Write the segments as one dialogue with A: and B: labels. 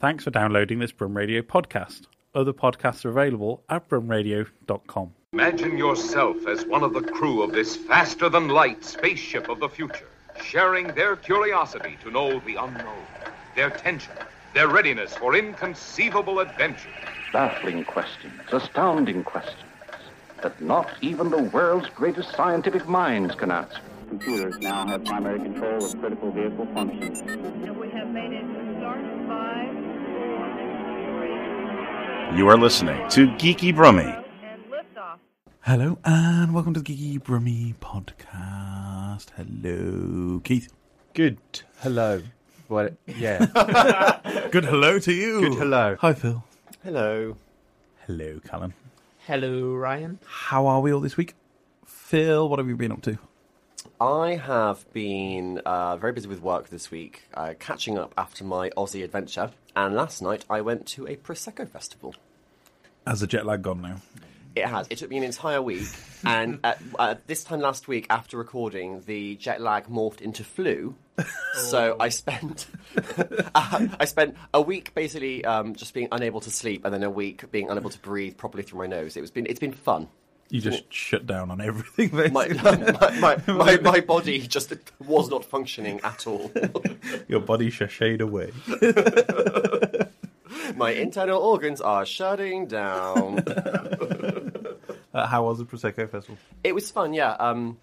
A: Thanks for downloading this Brum Radio podcast. Other podcasts are available at brumradio.com.
B: Imagine yourself as one of the crew of this faster than light spaceship of the future, sharing their curiosity to know the unknown, their tension, their readiness for inconceivable adventure.
C: baffling questions, astounding questions that not even the world's greatest scientific minds can answer.
D: computers now have primary control of critical vehicle functions.
E: And we have made it to start five, four, three.
F: You are listening to Geeky Brummy.
E: And liftoff.
A: Hello and welcome to the Geeky Brummy podcast. Hello, Keith.
G: Good hello. Well, yeah.
A: Good hello to you.
G: Good hello.
A: Hi, Phil.
G: hello.
A: Hello, Callum.
H: Hello, Ryan.
A: How are we all this week? Phil, what have you been up to?
I: I have been uh, very busy with work this week, uh, catching up after my Aussie adventure. And last night I went to a Prosecco festival.
A: Has the jet lag gone now?
I: It has. It took me an entire week. and at, at this time last week, after recording, the jet lag morphed into flu. so I spent uh, I spent a week basically um, just being unable to sleep, and then a week being unable to breathe properly through my nose. It was been it's been fun.
A: You just shut down on everything,
I: My
A: basically.
I: my, my, my, my body just was not functioning at all.
A: Your body sashayed away.
I: My internal organs are shutting down.
G: Uh, how was the Prosecco Festival?
I: it was fun, yeah. Um,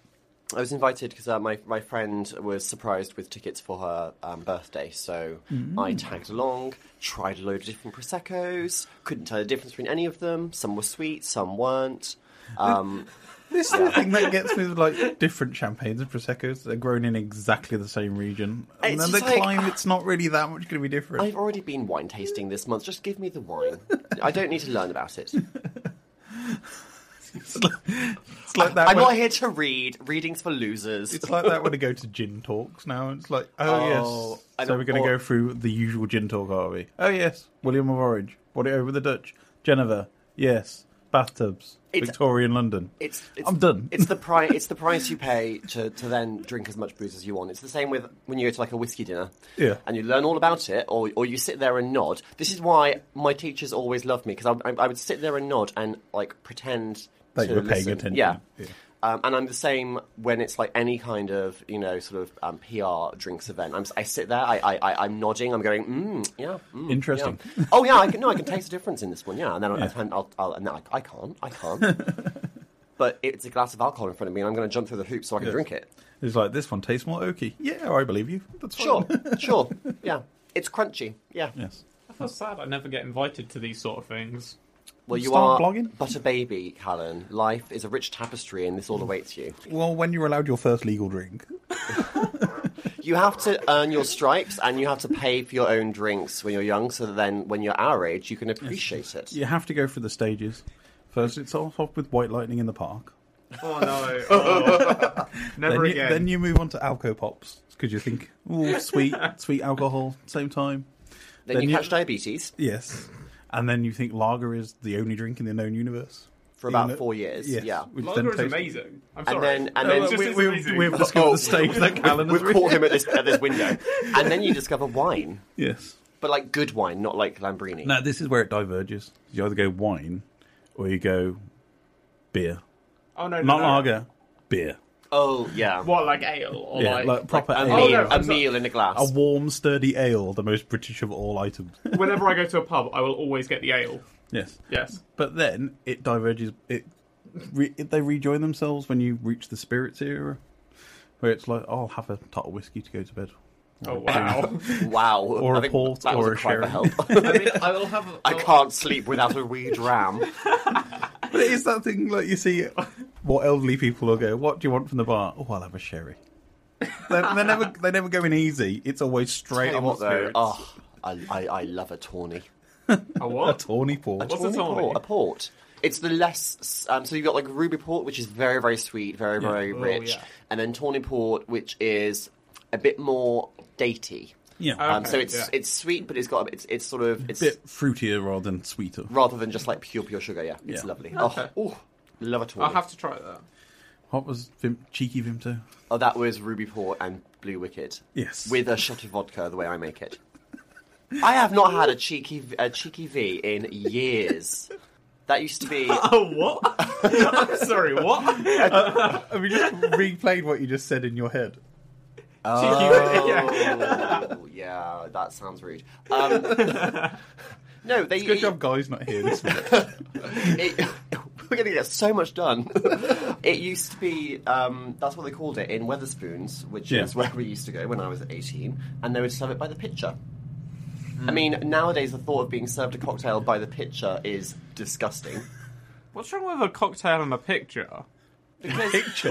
I: I was invited because uh, my my friend was surprised with tickets for her um, birthday, so
G: Mm.
I: I tagged along, tried a load of different proseccos, couldn't tell the difference between any of them. Some were sweet, some weren't. Um,
A: This is the thing that gets me with like different champagnes and proseccos. They're grown in exactly the same region, and
I: It's
A: then the
I: just like-
A: climate it's not really that much going to be different.
I: I've already been wine tasting this month. Just give me the wine. I don't need to learn about it.
A: It's like, it's like that.
I: I'm
A: when,
I: not here to read readings for losers.
A: It's like that when I go to gin talks now. and It's like, oh,
I: Oh, I
A: yes. So
I: know-
A: we're going to go
I: or-
A: through the usual gin talk, are we? Oh yes, William of Orange brought it over the Dutch. Geneva, yes. Bathtubs,
I: It's-
A: Victorian London.
I: It's, it's
A: I'm done.
I: It's the price. It's the price you pay to, to then drink as much booze as you want. It's the same with when you go to like a whiskey dinner.
A: Yeah.
I: And you learn all about it, or or you sit there and nod. This is why my teachers always loved me because I, I, I would sit there and nod and like pretend
A: That
I: to
A: you were paying
I: listen.
A: attention.
I: Yeah.
A: Yeah.
I: Um, and I'm the same when it's like any kind of you know sort of um, PR drinks event. I'm, s- I sit there, I, I, I, I'm nodding, I'm going, mm, yeah, mm,
A: Interesting.
I: yeah." Oh yeah, I can, no, I can taste the difference in this one. Yeah, and then I'll, I'll, I'll and then I, I can't, I can't. but it's a glass of alcohol in front of me, and I'm going to jump through the hoop so I can drink it.
A: It's like this one tastes more oaky. Yeah, I believe you. That's fine.
I: Sure, sure, yeah. It's crunchy, yeah.
A: yes.
H: I feel sad I never get invited to these sort of things.
I: Well, you
A: Start
I: are
A: blogging.
I: but a baby, Callan. Life is a rich tapestry, and this all awaits you.
A: Well, when you're allowed your first legal drink,
I: You have to earn your stripes and you have to pay for your own drinks when you're young, so that then when you're our age, you can appreciate it.
A: you have to go through the stages. First, it starts off with White Lightning in the park.
G: Oh no.
A: Then
G: Never
A: you,
G: again.
A: then you move on to Alco Pops because you think, oh, sweet, sweet alcohol, same time.
I: Then,
A: Then
I: you
A: you-
I: catch diabetes
A: Yes. And then you think lager is the only drink in the known universe.
I: for about
A: Even-
I: four years.
A: Yes,
I: Yeah.
A: which
H: Lager
A: then
H: is
A: tastes-
H: amazing. I'm
I: And
H: sorry.
I: then- and
H: No,
I: then-
H: it's just
A: We,
H: as
A: we,
H: amazing.
A: we've discovered the stage that Callan has
I: Oh. We've caught him at this at this window. and then you discover wine.
A: Yes.
I: But like good wine, not like Lambrini.
A: Now, this is where it diverges. You either go wine or you go beer.
H: oh no, no,
A: Not
H: no.
A: lager, beer.
I: Oh yeah.
H: What like ale or
A: Yeah,
H: like, Oh,
A: like proper
I: A
A: ale.
I: meal,
H: no,
I: a
H: I'm sorry.
I: meal in a glass.
A: A warm, sturdy ale, the most British of all items.
H: whenever I go to a pub, I will always get the ale.
A: yes.
H: Yes.
A: But then it diverges. It re, they rejoin themselves when you reach the spirits era, where it's like, "Oh, I'll have a tot of whiskey to go to bed.
H: Oh wow.
I: wow.
A: Or
I: I
A: a
I: think
A: port
I: that was
A: or a
I: a cry for
A: sherry.
I: help.
G: I mean, I will have.
I: I can't sleep without a wee dram.
A: But it is that thing like you see, what elderly people will go. What do you want from the bar? Oh, I'll have a sherry. They're, they're never they never going easy. It's always straight
I: Tell you
A: on
I: what
A: the
I: though,
A: spirits.
I: oh, I, I, I love a tawny.
H: a
A: A
H: what?
A: tawny port.
H: What's a
I: Tawny
H: tawny?
I: port? A port. It's the less. Um, so you've got like ruby port, which is very very sweet, very very
H: Oh,
I: rich,
H: yeah.
I: and then tawny port, which is a bit more datey.
A: Yeah,
H: Uh,
I: Um, so
H: Okay,
I: it's
H: yeah.
I: it's sweet, but it's got it's it's sort of it's
A: a bit fruitier rather than sweeter.
I: rather than just like pure pure sugar. Yeah, it's
A: Yeah.
I: lovely. Oh, ooh, love a tawny.
H: I'll have to try that.
A: What was Vim, cheeky Vimto?
I: Oh, that was ruby port and blue wicked
A: Yes,
I: with a shot of vodka. The way I make it. I have not had a cheeky a cheeky V in years. That used to be
H: Oh, what? I'm sorry, what?
A: Have you just replayed what you just said in your head?
H: Cheeky- yeah.
I: Oh, yeah, that sounds rude. Um, no, they.
A: Good job, guys, not here this week.
I: it- we're going to get so much done. it used to be um, that's what they called it in Weatherspoons, which
A: Yeah.
I: is where we used to go when I was eighteen, and they would serve it by the pitcher. I mean, nowadays the thought of being served a cocktail by the pitcher is disgusting.
G: What's wrong with a cocktail and a picture?
I: Because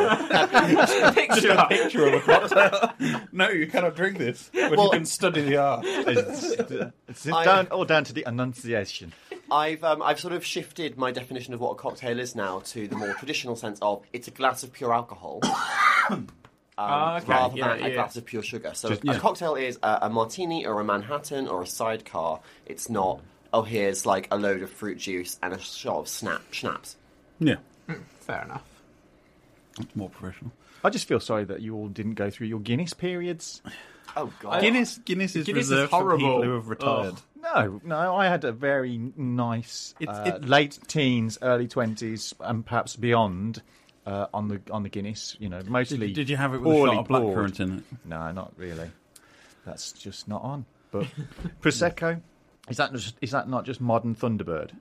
G: Picture.
A: Picture of a cocktail. no, you cannot drink this, but
I: Well-
A: you can study the art.
J: It's
I: I-
J: down, all down to the enunciation.
I: I've um, I've sort of shifted my definition of what a cocktail is now to the more traditional sense of it's a glass of pure alcohol.
H: Ah,
I: um,
G: okay,
I: rather
G: yeah,
I: than
G: yeah.
I: a glass of pure sugar. So
A: Just-
I: a
A: yeah.
I: cocktail is a, a martini or a Manhattan or a sidecar. It's not oh here's like a load of fruit juice and a shot of snap schnapps.
A: Yeah,
G: Fair enough.
A: more professional.
J: I just feel sorry that you all didn't go through your Guinness periods.
I: Oh god.
A: Guinness, Guinness is
G: Guinness is
A: reserved for people
G: horrible.
A: who have retired.
G: Ugh.
J: No, no, I had a very nice
A: It's-
J: uh,
A: it-
J: late teens, early twenties, and perhaps beyond uh, on the on the Guinness. You know, mostly.
A: Did, did you have it with a
J: poorly
A: shot of
J: poured.
A: blackcurrant in it?
J: No, not really. That's just not on. But prosecco is that just, is that not just modern Thunderbird?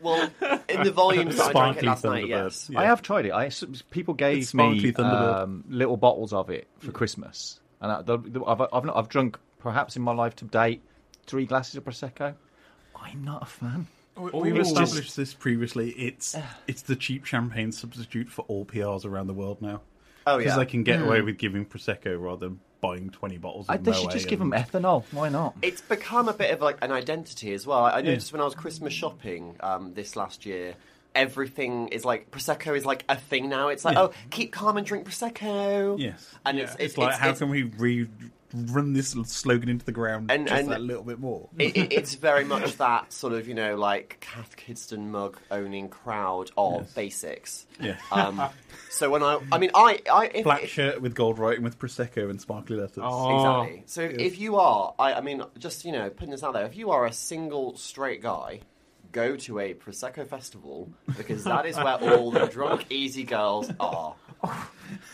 I: Well in the volumes that I drank it
A: Sparkly
I: last night,
A: Thunderbird.
I: yes.
A: Yeah.
J: I have tried it. I s- people gave
A: It's
J: me
A: sparkly Thunderbird.
J: um, little bottles of it for Christmas, and I, the, the, I've I've, not, I've drunk perhaps in my life to date three glasses of prosecco. I'm not a fan.
A: We've established this previously. It's it's the cheap champagne substitute for all PRs around the world now.
I: Oh
A: Because
I: yeah.
A: they can get away with giving prosecco rather than buying twenty bottles. Of
J: I, they should
A: Moët
J: just give e- them
A: and-
J: ethanol. Why not?
I: it's become a bit of like an identity as well. I noticed when I was Christmas shopping um, this last year, everything is like prosecco is like a thing now. It's like
A: Yeah.
I: oh, keep calm and drink prosecco.
A: Yes,
I: and
A: Yeah.
I: it's,
A: It's like how can we re- run this slogan into the ground
I: And-
A: just
I: and-
A: a little bit more?
I: it, it, it's very much that sort of you know like Kath Kidston mug owning crowd of basics.
A: Yes.
I: Um, so when I, I mean, I, I if,
A: Black
I: if-
A: shirt with gold writing with prosecco and sparkly letters.
J: Oh.
I: Exactly. So if, if you are, I, I mean, just you know, putting this out there, if you are a single straight guy, go to a prosecco festival because that is where all the drunk easy girls are.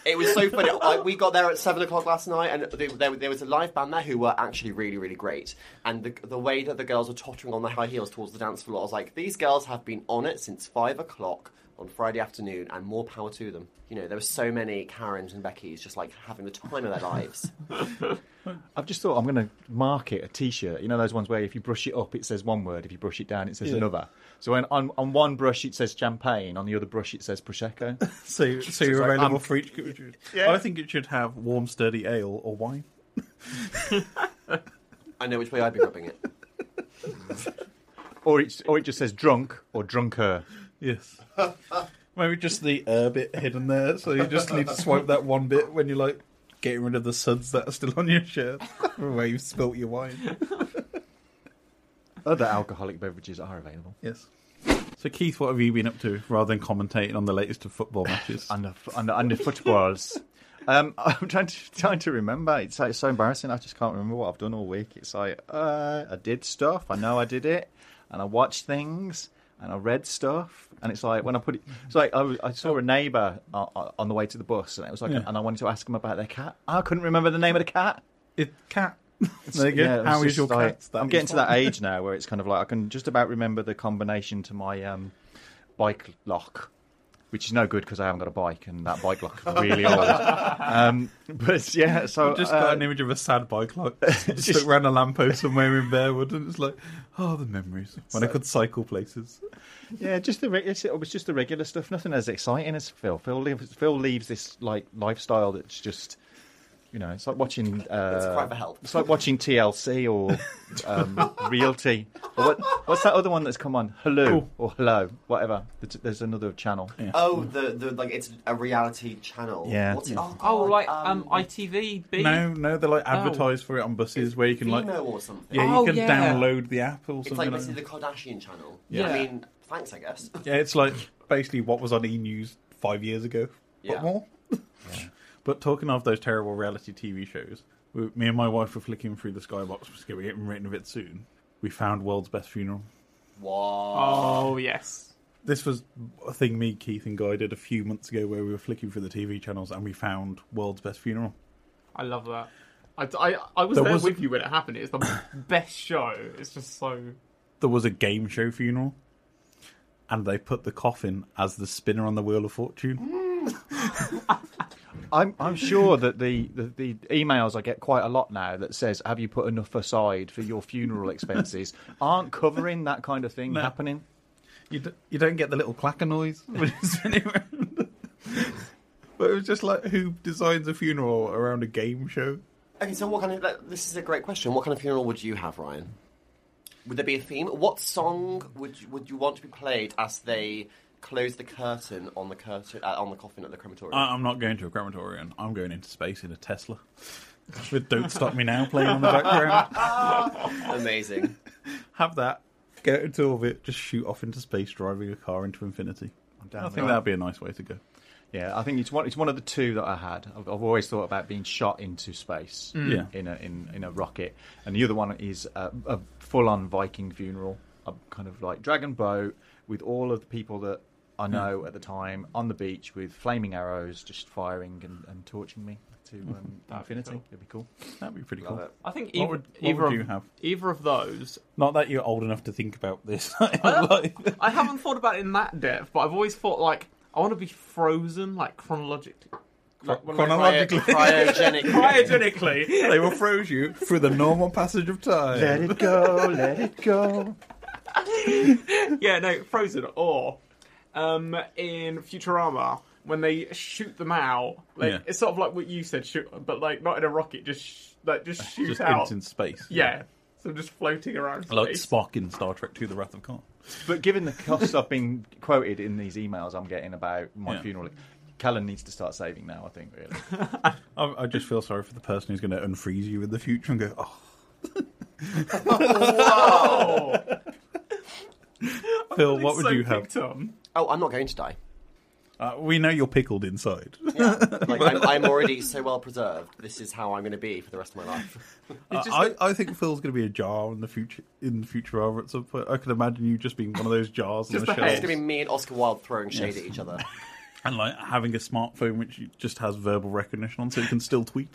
I: It was so funny. I, we got there at seven o'clock last night, and there, there, there was a live band there who were actually really, really great. And the, the way that the girls were tottering on their high heels towards the dance floor, I was like, these girls have been on it since five o'clock on Friday afternoon, and more power to them. You know, there were so many Karens and Beckys just like having the time of their lives.
J: I've just thought I'm going to market a T-shirt. You know those ones where if you brush it up, it says one word. If you brush it down, it says another. So when, on on one brush it says champagne, on the other brush it says prosecco.
A: So, so you're
J: like,
A: available
J: I'm-
A: for each. I think it should have warm, sturdy ale or wine.
I: I know which way I'd be rubbing it.
J: or it's or it just says drunk or drunker.
A: Yes. Maybe just the uh bit hidden there, so you just need to swipe that one bit when you're like getting rid of the suds that are still on your shirt from where you've spilt your wine.
J: Other alcoholic beverages are available.
A: Yes. So Keith, what have you been up to rather than commentating on the latest of football matches?
J: Under under under footballs. Um, I'm trying to trying to remember. It's, like, so embarrassing. I just can't remember what I've done all week. It's like uh, I did stuff. I know I did it, and I watched things, and I read stuff. And it's like when I put it, it's like I, was- I saw a neighbour uh, uh, on the way to the bus, and it was like,
A: Yeah.
J: and I wanted to ask him about their cat. I couldn't remember the name of the cat.
A: it, cat. There you go.
J: Yeah, it was
A: How is
J: just
A: your
J: like-
A: cat? That
J: I'm
A: is
J: getting to that
A: fine.
J: age now where it's kind of like I can just about remember the combination to my um, bike lock, which is no good because I haven't got a bike and that bike lock is really old. Um, but yeah, so
A: Just
J: uh,
A: got an image of a sad bike like stuck around a lamppost somewhere in Bearwood, and it's like, oh, the memories when I could cycle places.
J: yeah, just the reg- it's- it was just the regular stuff. Nothing as exciting as Phil. Phil leaves, Phil leaves this like lifestyle that's just. You know, it's like watching. Uh,
I: It's a cry for help.
J: It's like watching TLC or um, Realty.
H: Oh,
J: Or what, what's that other one that's come on? Hello or Hello, whatever. There's, there's another channel.
I: Oh, the, the like it's a reality channel.
J: Yeah.
I: What's it? Oh,
G: Oh,
I: God,
G: like um, ITVB.
A: No, no, they
I: Oh.
A: like advertise for it on buses where you can like,
I: Vimeo or something.
A: yeah, you
G: Oh,
A: can
G: yeah.
A: download the app or
I: It's
A: something.
I: like
A: like
I: basically
A: that.
I: the Kardashian channel.
G: Yeah.
I: I mean, thanks, I guess.
A: Yeah, it's like basically what was on E News five years ago,
I: Yeah.
A: but more. but talking of those terrible reality TV shows, we- me and my wife were flicking through the skybox, just going to get written of it soon. We found World's Best Funeral.
H: Oh yes.
A: This was a thing me, Keith, and Guy did a few months ago where we were flicking through the TV channels and we found World's Best Funeral.
H: I love that. I, I, I was
A: There
H: there,
A: was-
H: with you when it happened. It's the best show. It's just so.
A: There was a game show funeral, and they put the coffin as the spinner on the Wheel of Fortune.
J: I'm I'm sure that the, the, the emails I get quite a lot now that says, "Have you put enough aside for your funeral expenses?" aren't covering that kind of thing happening.
A: You, d- you don't get the little clacker noise when it's spinning around. But it was just like who designs a funeral around a game show?
I: Okay, so what kind of like, this is a great question. What kind of funeral would you have, Ryan? Would there be a theme? What song would you, would you want to be played as they close the curtain on the curtain uh, on the coffin at the crematorium?
J: Uh,
A: I- I'm not going to a crematorium. I'm going into space in a Tesla. With "Don't Stop Me Now" playing on the background,
I: Amazing.
A: have that. Go into orbit. Just shoot off into space, driving a car into infinity.
J: I'm
A: I
J: down
A: think that'd be a nice way to go.
J: Yeah, I think it's one. It's one of the two that I had. I've, I've always thought about being shot into space
A: Yeah.
J: in a in, in a rocket, and the other one is a, a full on Viking funeral, a kind of like dragon boat with all of the people that I
A: Mm.
J: know at the time on the beach with flaming arrows, just firing and, and torching me to um, infinity. It'd be cool.
A: That'd be pretty cool.
H: I think
A: What
H: either,
A: would- what
H: either
A: would
H: of
A: you have?
H: either of those.
A: Not that you're old enough to think about this.
H: I haven't thought about it in that depth, but I've always thought like I want to be frozen, like chronologically. Like, when I-
A: Chronologically,
I: Uh, Cryogenic.
H: Cryogenically.
A: they will froze you through the normal passage of time.
J: it go, let it go.
H: yeah, no, frozen. Or um, in Futurama, when they shoot them out, like
A: Yeah.
H: it's sort of like what you said, shoot, but like not in a rocket, just sh- like just shoot
A: just
H: out.
A: out. in space.
H: Yeah. So just floating around space.
A: like Spock in Star Trek Two: The Wrath of Khan.
J: But given the costs I've been quoted in these emails I'm getting about my
A: Yeah.
J: funeral, Callan needs to start saving now. I think really.
A: I, I just feel sorry for the person who's going to unfreeze you in the future and go, "Oh, Phil, what would
H: Oh, So
A: you have?"
H: picked on.
I: oh, I'm not going to die.
A: Uh, we know you're pickled inside.
I: Like I'm, I'm already so well preserved. This is how I'm going to be for the rest of my life.
A: Uh, I, I think Phil's going to be a jar in the future. In the future, over at some point, I could imagine you just being one of those jars on
H: Just
A: the
H: a
A: shelf,
I: It's
H: head.
I: going to be me and Oscar Wilde throwing shade at each other.
A: and like having a smartphone which you- just has verbal recognition on, so you can still tweet.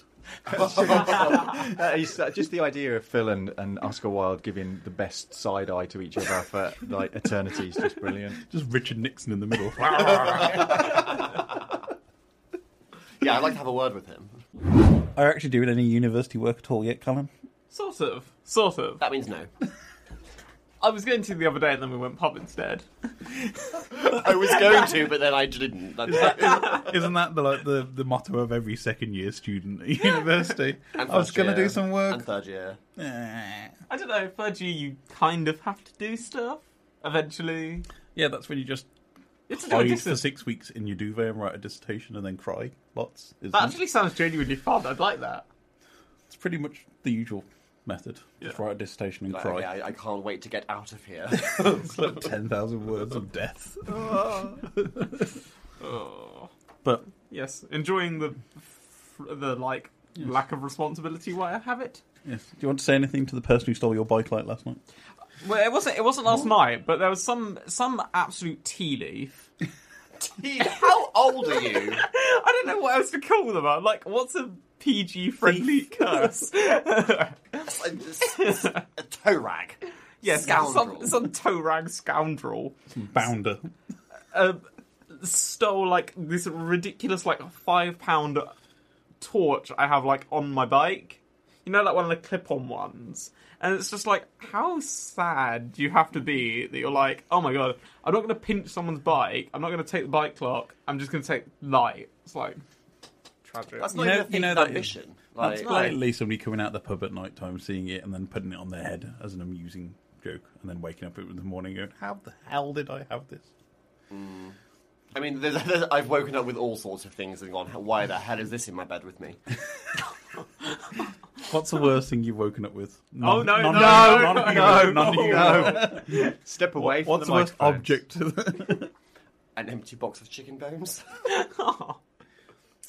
J: That is uh, just the idea of Phil and, and Oscar Wilde giving the best side eye to each other for like eternity is just brilliant.
A: Just Richard Nixon in the middle.
I: Yeah, I'd like to have a word with him.
A: Are you actually doing any university work at all yet, Colin?
H: Sort of. Sort of.
I: That means no.
H: I was going to the other day and then we went pub instead.
I: I was going to, but then I didn't. That's-
A: Isn't that the like the, the motto of every second year student at university?
I: And
A: I was
I: first
A: going to
I: year.
A: do some
I: and
A: work.
I: third year.
A: Eh.
H: I don't know, third year you kind of have to do stuff eventually.
A: Yeah, that's when you just
H: It's a
A: hide for
H: distance.
A: six weeks in your duvet and write a dissertation and then cry lots. Isn't
H: That
A: it?
H: actually sounds genuinely fun. I'd like that.
A: It's pretty much the usual method. Just
H: Yeah.
A: write a dissertation and
I: Like,
A: cry.
I: okay, I, I can't wait to get out of here.
A: It's like 10,000 words of death.
H: Oh.
A: But
H: Yes, enjoying the the like lack of responsibility while I have it.
A: yes. do you want to say anything to the person who stole your bike light last night?
H: Well, it wasn't it wasn't last night, but there was some some absolute tea leaf.
I: How old are you?
H: I don't know what else to call them. I'm like, what's a PG friendly curse?
I: a toe rag.
H: yes,
I: Scoundrel.
H: some some toe rag scoundrel.
A: Bounder.
H: um, stole like this ridiculous like five pound torch I have like on my bike. You know, like one of the clip-on ones, and it's just like, how sad do you have to be that you're like, oh my god, I'm not going to pinch someone's bike. I'm not going to take the bike clock. I'm just going to take light. It's like tragic.
I: That's not
A: You know-
I: even a thing
A: you know
I: of
A: that-
I: ambition.
A: That's
I: Like,
A: likely somebody coming out of the pub at night time, seeing it, and then putting it on their head as an amusing joke, and then waking up in the morning going, How the hell did I have this?
I: I mean, there's, there's, I've woken up with all sorts of things and gone, why the hell is this in my bed with me?
A: What's the worst thing you've woken up with?
H: Oh, no, no,
A: non-
H: no,
A: non-human,
H: no,
A: non-human.
J: Step away from
A: What's
J: the
A: the worst
J: microphones.
A: object?
I: An empty box of chicken bones?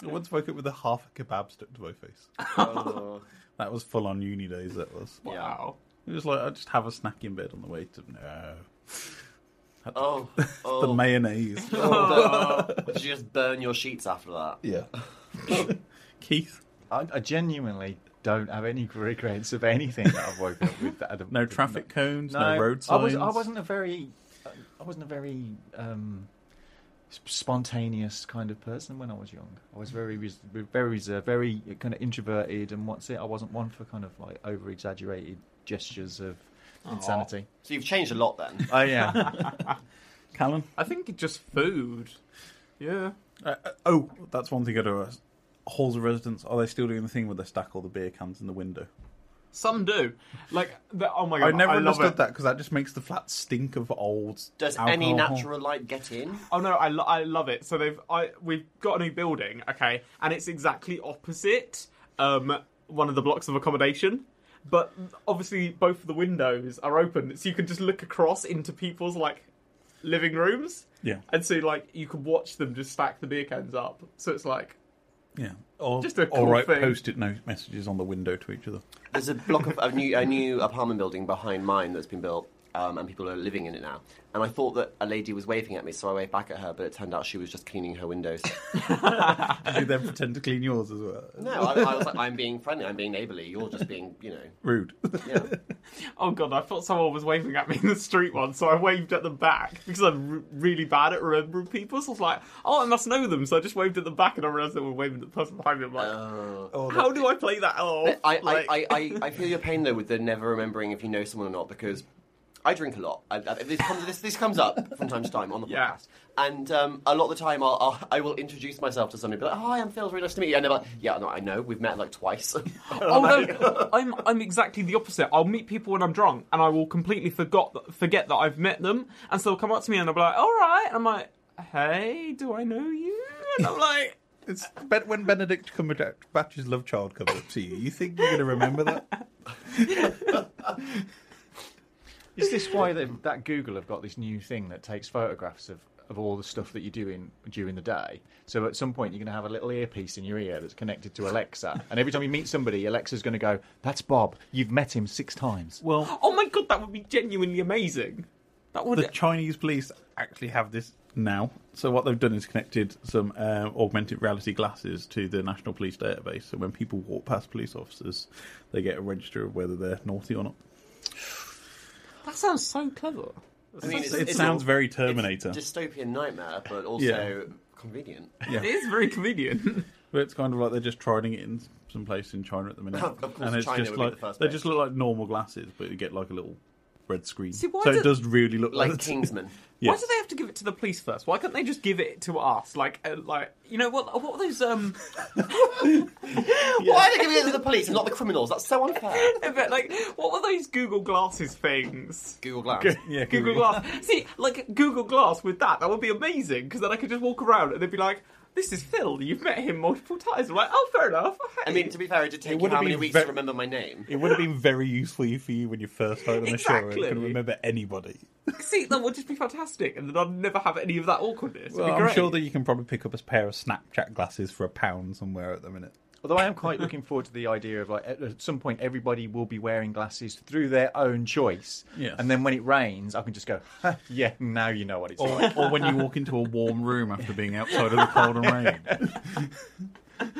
A: I once woke up with a half a kebab stuck to my face. That was full on uni days. That was.
H: Wow.
A: It was like I just have a snack in bed on the way to no.
I: Oh, oh.
A: The mayonnaise.
I: Did you just burn your sheets after that?
A: yeah. Keith,
J: I, I genuinely don't have any regrets of anything that I've woken up with. That I don't-
A: no traffic cones, no, road
J: I,
A: signs.
J: was, I wasn't a very, I wasn't a very um, s- spontaneous kind of person when I was young. I was very, res- very reserved, very kind of introverted, and what's it? I wasn't one for kind of like over exaggerated gestures of insanity.
I: So you've changed a lot then.
J: Oh yeah,
A: Callan.
H: I think just food. Yeah.
A: Uh, uh, oh, that's one thing I do. ask. Halls of residence. Are they still doing the thing where they stack all the beer cans in the window?
H: Some do. Like, the, oh my god.
A: I never
H: love
A: understood
H: it.
A: that because that just makes the flat stink of old.
I: Does any
A: alcohol.
I: natural light get in?
H: Oh no, I, lo- I love it. So they've I we've got a new building, okay, and it's exactly opposite um one of the blocks of accommodation. But obviously, both of the windows are open, so you can just look across into people's like living rooms,
A: Yeah,
H: and so like you can watch them just stack the beer cans up. So it's like
A: yeah. Or,
H: Just a cool
A: or write
H: thing.
A: post-it note messages on the window to each other.
I: There's a block of a new, a new apartment building behind mine that's been built, um, and people are living in it now. And I thought that a lady was waving at me, so I waved back at her, but it turned out she was just cleaning her windows.
A: Did you then pretend to clean yours as well?
I: no, I, I was like, I'm being friendly, I'm being neighbourly. You're just being, you know,
A: Rude.
I: yeah.
H: Oh god, I thought someone was waving at me in the street once, so I waved at them back because I'm r- really bad at remembering people. So I was like, oh, I must know them. So I just waved at them back, and I realised they were waving at the person behind me. I'm like, how do I play that off?
I: Oh. I, I,
H: Like-
I: I, I, I feel your pain though with the never remembering if you know someone or not because I drink a lot. I, I, this, comes, this, this comes up from time to time on the
H: Yeah.
I: podcast, and um, a lot of the time I'll, I'll, I will introduce myself to somebody, be like, "Hi, I'm Phil. It's Really nice to meet you." And they're like, "Yeah, no, I know. We've met like twice."
H: Oh no, I'm I'm exactly the opposite. I'll meet people when I'm drunk, and I will completely forgot that, forget that I've met them, and so they'll come up to me and they'll be like, "All right," and I'm like, "Hey, do I know you?" And I'm like,
A: It's Ben- when Benedict Cumberbatch's love child comes up to you. You think you're going to remember that?
J: is this why they, that Google have got this new thing that takes photographs of? Of all the stuff that you're doing during the day, so at some point you're going to have a little earpiece in your ear that's connected to Alexa, and every time you meet somebody, Alexa's going to go, "That's Bob. You've met him six times."
A: Well,
H: "Oh my god, that would be genuinely amazing." That would.
A: the Chinese police actually have this now. So what they've done is connected some um augmented reality glasses to the National Police database. So when people walk past police officers, they get a register of whether they're naughty or not.
H: that sounds so clever.
I: I mean, it's-
A: it
I: it's
A: sounds
I: all-
A: very
I: it's
A: Terminator.
I: dystopian nightmare, but also
A: Yeah.
I: convenient.
H: It is very convenient.
A: But it's kind of like they're just trying it in some place in China at the minute,
I: Of course,
A: and it's
I: China
A: just
I: would be
A: like
I: the first
A: they
I: place.
A: just look like normal glasses, but you get like a little red screen.
H: See, why
A: so it
H: do-
A: does really look
I: Like
A: that.
I: Kingsman.
A: Yeah.
H: Why do they have to give it to the police first? Why can't they just give it to us? Like, uh, like you know what? What are those? Um,
I: Why are they giving it to the police and not the criminals? That's so unfair.
H: but, like what were those Google glasses things?
I: Google Glass.
A: Yeah,
H: Google Glass. See, like Google Glass with that, that would be amazing because then I could just walk around and they'd be like, "This is Phil. You've met him multiple times." I'm like, "Oh, fair enough."
I: I mean, to be fair, it did take you
A: would've
I: how many
A: been
I: weeks
A: ve-
I: to remember my name?
A: It would have been very useful for you when you first started on the show
H: Exactly.
A: and couldn't remember anybody.
H: see, that would just be fantastic, and then I'd never have any of that awkwardness. It'd
A: Well,
H: be
A: I'm
H: great.
A: sure that you can probably pick up a pair of Snapchat glasses for a pound somewhere at the minute.
J: Although I am quite looking forward to the idea of like at at some point everybody will be wearing glasses through their own choice.
A: Yes.
J: And then when it rains, I can just go, "Huh, yeah, now you know what it's like.
A: Or, or when you walk into a warm room after being outside in the cold and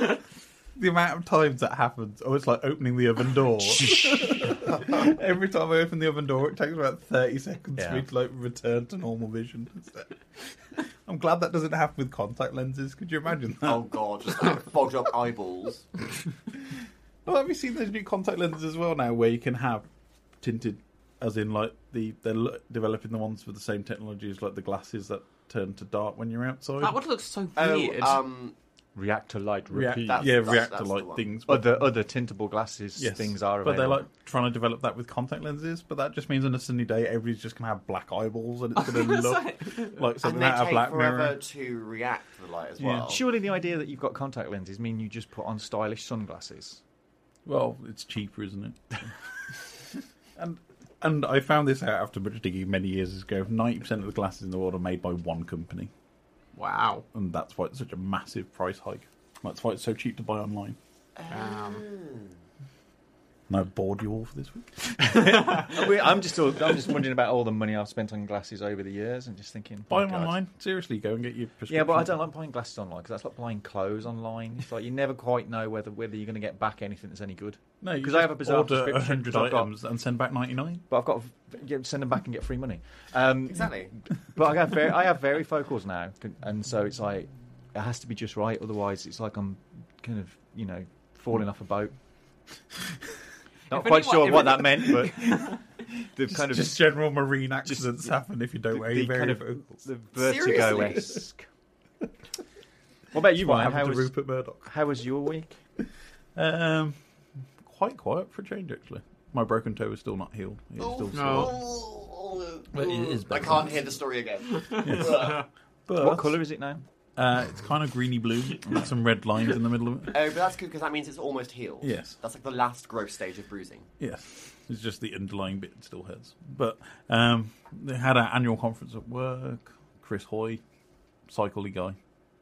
A: rain. the amount of times that happens, oh, it's like opening the oven door. Every time I open the oven door, it takes about 30 seconds
J: Yeah.
A: for me to like return to normal vision. I'm glad that doesn't happen with contact lenses. Could you imagine that?
I: Oh god, just like, bogged up eyeballs.
A: Well, have you seen those new contact lenses as well now, where you can have tinted, as in like the they're lo- developing the ones with the same technology as like the glasses that turn to dark when you're outside.
H: that would look so
I: Oh,
H: weird.
I: um,
J: React to light,
A: React,
J: repeat.
I: that's-
A: yeah,
I: that's-
A: reactor
I: that's the
A: like
I: one.
A: things. But
J: Other other tintable glasses
A: yes,
J: things are available.
A: but they're like trying to develop that with contact lenses. But that just means on a sunny day, everybody's just gonna have black eyeballs, and it's gonna look like
I: and
A: something
I: they
A: out of
I: take
A: Black
I: forever
A: Mirror.
I: to react to the light as
A: Yeah.
I: well.
J: Surely the idea that you've got contact lenses mean you just put on stylish sunglasses.
A: Well, it's cheaper, isn't it? and and I found this out after much digging many years ago. Ninety percent of the glasses in the world are made by one company.
H: wow.
A: and that's why it's such a massive price hike. That's why it's so cheap to buy online. And I bored you all for this
J: Oh,
A: week.
J: We- I'm just all, I'm just wondering about all the money I've spent on glasses over the years, and just thinking,
A: Buy
J: oh,
A: them
J: God.
A: online. Seriously, go and get your prescription.
J: Yeah, but I don't like buying glasses online because that's like buying clothes online. It's like you never quite know whether whether you're going to get back anything that's any good.
A: No, you
J: because I
A: just
J: have a bizarre
A: order
J: prescription.
A: 100
J: 'cause I've got-
A: items and send back 99.
J: but I've got to yeah, send them back and get free money. Um,
I: Exactly.
J: But I have very, I have very focals now, and so it's like it has to be just right. Otherwise, it's like I'm kind of you know falling off a boat. Not
H: If
J: quite
H: anyone-
J: sure
H: if
J: what that meant, but the kind of
A: Just general marine accidents happen if you don't wear
J: the
A: your very
J: kind of
A: vocals.
J: the vertigo esque. what about you,
A: What
J: Ryan?
A: happened
J: How
A: to
J: was,
A: Rupert Murdoch?
J: how was your week?
A: Um, quite quiet for a change, actually. My broken toe is still not healed. It's still sore. But it is
I: I
A: better.
I: can't hear the story again. uh,
A: But,
J: What colour is it now?
A: Uh, it's kind of greeny blue with some red lines in the middle of it.
I: Oh, but that's good because that means it's almost healed.
A: Yes.
I: That's like the last growth stage of bruising.
A: Yes, it's just the underlying bit still hurts. But um, they had our annual conference at work. Chris Hoy, cycly guy,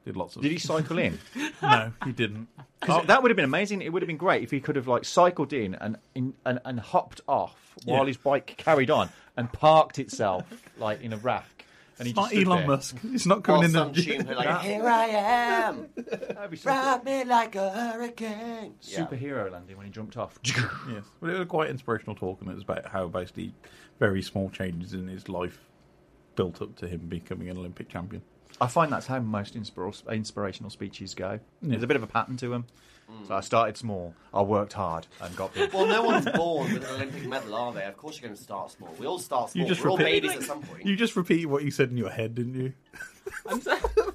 A: did lots of.
J: Did he cycle in?
A: No, he didn't.
J: 'Cause
A: Oh.
J: that would have been amazing. It would have been great if he could have like cycled in and in, and, and hopped off while
A: Yeah.
J: his bike carried on and parked itself like in a rack. And he
A: It's not
J: just stood
A: Elon
J: there.
A: Musk. It's not
I: While
A: coming
I: some
A: in
I: tune
A: the.
I: play like, here I am,
J: That'd be
I: ride me like a hurricane. Yeah.
J: superhero landing when he jumped off.
A: Yes, but it was quite inspirational talk, and it was about how basically very small changes in his life built up to him becoming an Olympic champion.
J: I find that's how most inspir- inspirational speeches go. There's a bit of a pattern to them. So I started small, I worked hard, and got big.
I: Well, no one's born with an Olympic medal, are they? Of course you're going to start small. We all start small.
A: You just
I: We're all
A: repeat-
I: babies at some point.
A: You just repeated what you said in your head, didn't you?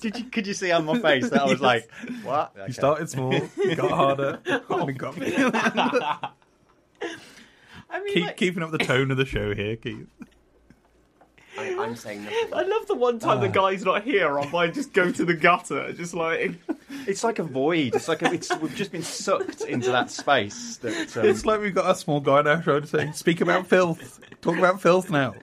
J: Did you, could you see on my face that I was like, "What?" Okay.
A: You started small, you got harder, and you got
H: I mean,
A: Keep
H: like,
A: keeping up the tone of the show here, Keith.
I: I, I'm saying nothing.
H: I love the one time
J: Ah.
H: the guy's not here, I might just go to the gutter, just like
J: It's like a void. It's like a, it's, we've just been sucked into that space. That um,
A: It's like we've got a small guy on our shoulder saying, "Speak about filth. Talk about filth now."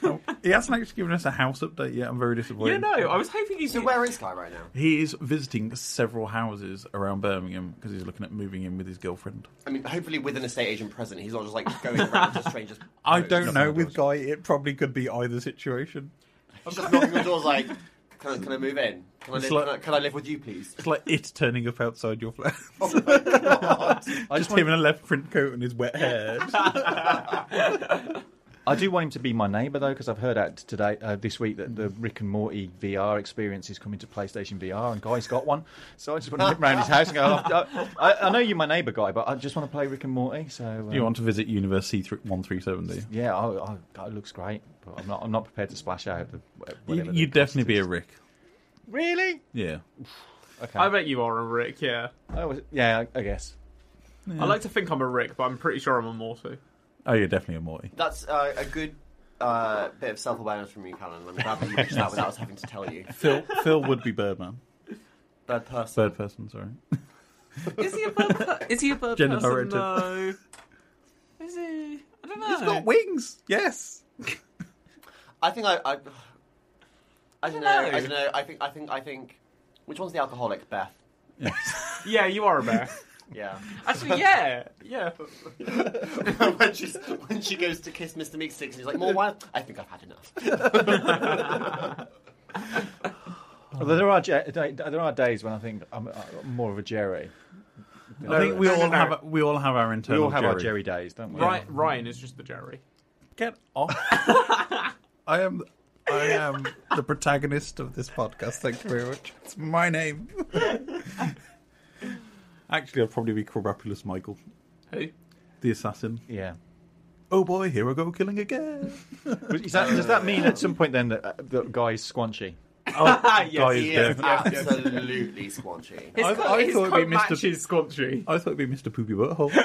A: Oh, he hasn't actually given us a house update yet. I'm very disappointed.
H: Yeah, no, I was hoping he's
I: So where is Guy right now?
A: He is visiting several houses around Birmingham because he's looking at moving in with his girlfriend.
I: I mean, hopefully with an estate agent present, he's not just like going around to strangers.
A: I don't
I: Just
A: know. With Guy, it probably could be either situation.
I: just knocking on doors like, can I, can I move in? Can I, live,
A: like-
I: can, I, can I live with you, please?
A: It's like it turning up outside your flat.
J: I
A: Just
J: just
A: him
J: want,
A: in a left print coat and his wet hair.
J: I do want him to be my neighbour though, because I've heard out today, uh, this week, that the Rick and Morty VR experience is coming to PlayStation VR, and Guy's got one. So I just want to nip round his house and go. "Oh, I, I, I know you're my neighbour, Guy, but I just want to play Rick and Morty. So um,
A: you want to visit Universe C one three seven? Do you?
J: Yeah, I, I, Oh, God, it looks great, but I'm not. I'm not prepared to splash out. The,
A: You-
J: whatever the
A: You'd
J: cost
A: definitely be
J: is.
A: a Rick.
J: really.
A: Yeah.
J: Okay.
H: I bet you are a Rick, yeah.
J: I was, yeah, I, I guess.
H: I like to think I'm a Rick, but I'm pretty sure I'm a Morty.
A: Oh, you're definitely a Morty.
I: That's uh, a good uh, bit of self-awareness from you, Callan. I'm glad that you reached that without us having to tell you.
A: Phil Phil would be Birdman.
I: Third person.
A: Third person, sorry.
H: Is he a bird? Is he a bird
A: Gender
H: person?
A: person?
H: No. Is he? I don't know.
A: wings. Yes.
I: I think I. I, I don't know.
H: Dunno.
I: I don't know. I think. I think. I think. Which one's the alcoholic, Beth?
H: Yeah, you are a bear.
I: Yeah.
H: Actually, yeah, yeah.
I: when, she's, when she goes to kiss Mr. Meek Six, and he's like, "More wine." I think I've had enough.
J: Although there are ge- da- there are days when I think I'm, I'm more of a Jerry.
A: I think we
H: no, no,
A: all
H: no.
A: have we all have our
J: We
A: internal.
J: all have
A: Jerry.
J: our Jerry days, don't we?
H: Ryan, Ryan is just the Jerry.
A: Get off. I am. I am the protagonist of this podcast. Thank you very much. It's my name. Actually, I'd probably be Corrupulus Michael,
H: Who?
A: the assassin.
J: Yeah.
A: Oh boy, here I go killing again.
J: But is that, does that mean at some point then that uh, the guy's squanchy?
H: Ah, yes.
A: Guy is
I: He is
A: dead.
I: absolutely squanchy.
H: His
A: I-
H: coat-
A: I
H: his
A: thought it'd
H: coat
A: be Mr.
H: matches Squanchy.
A: I thought it'd be Mr. Poopy Butthole.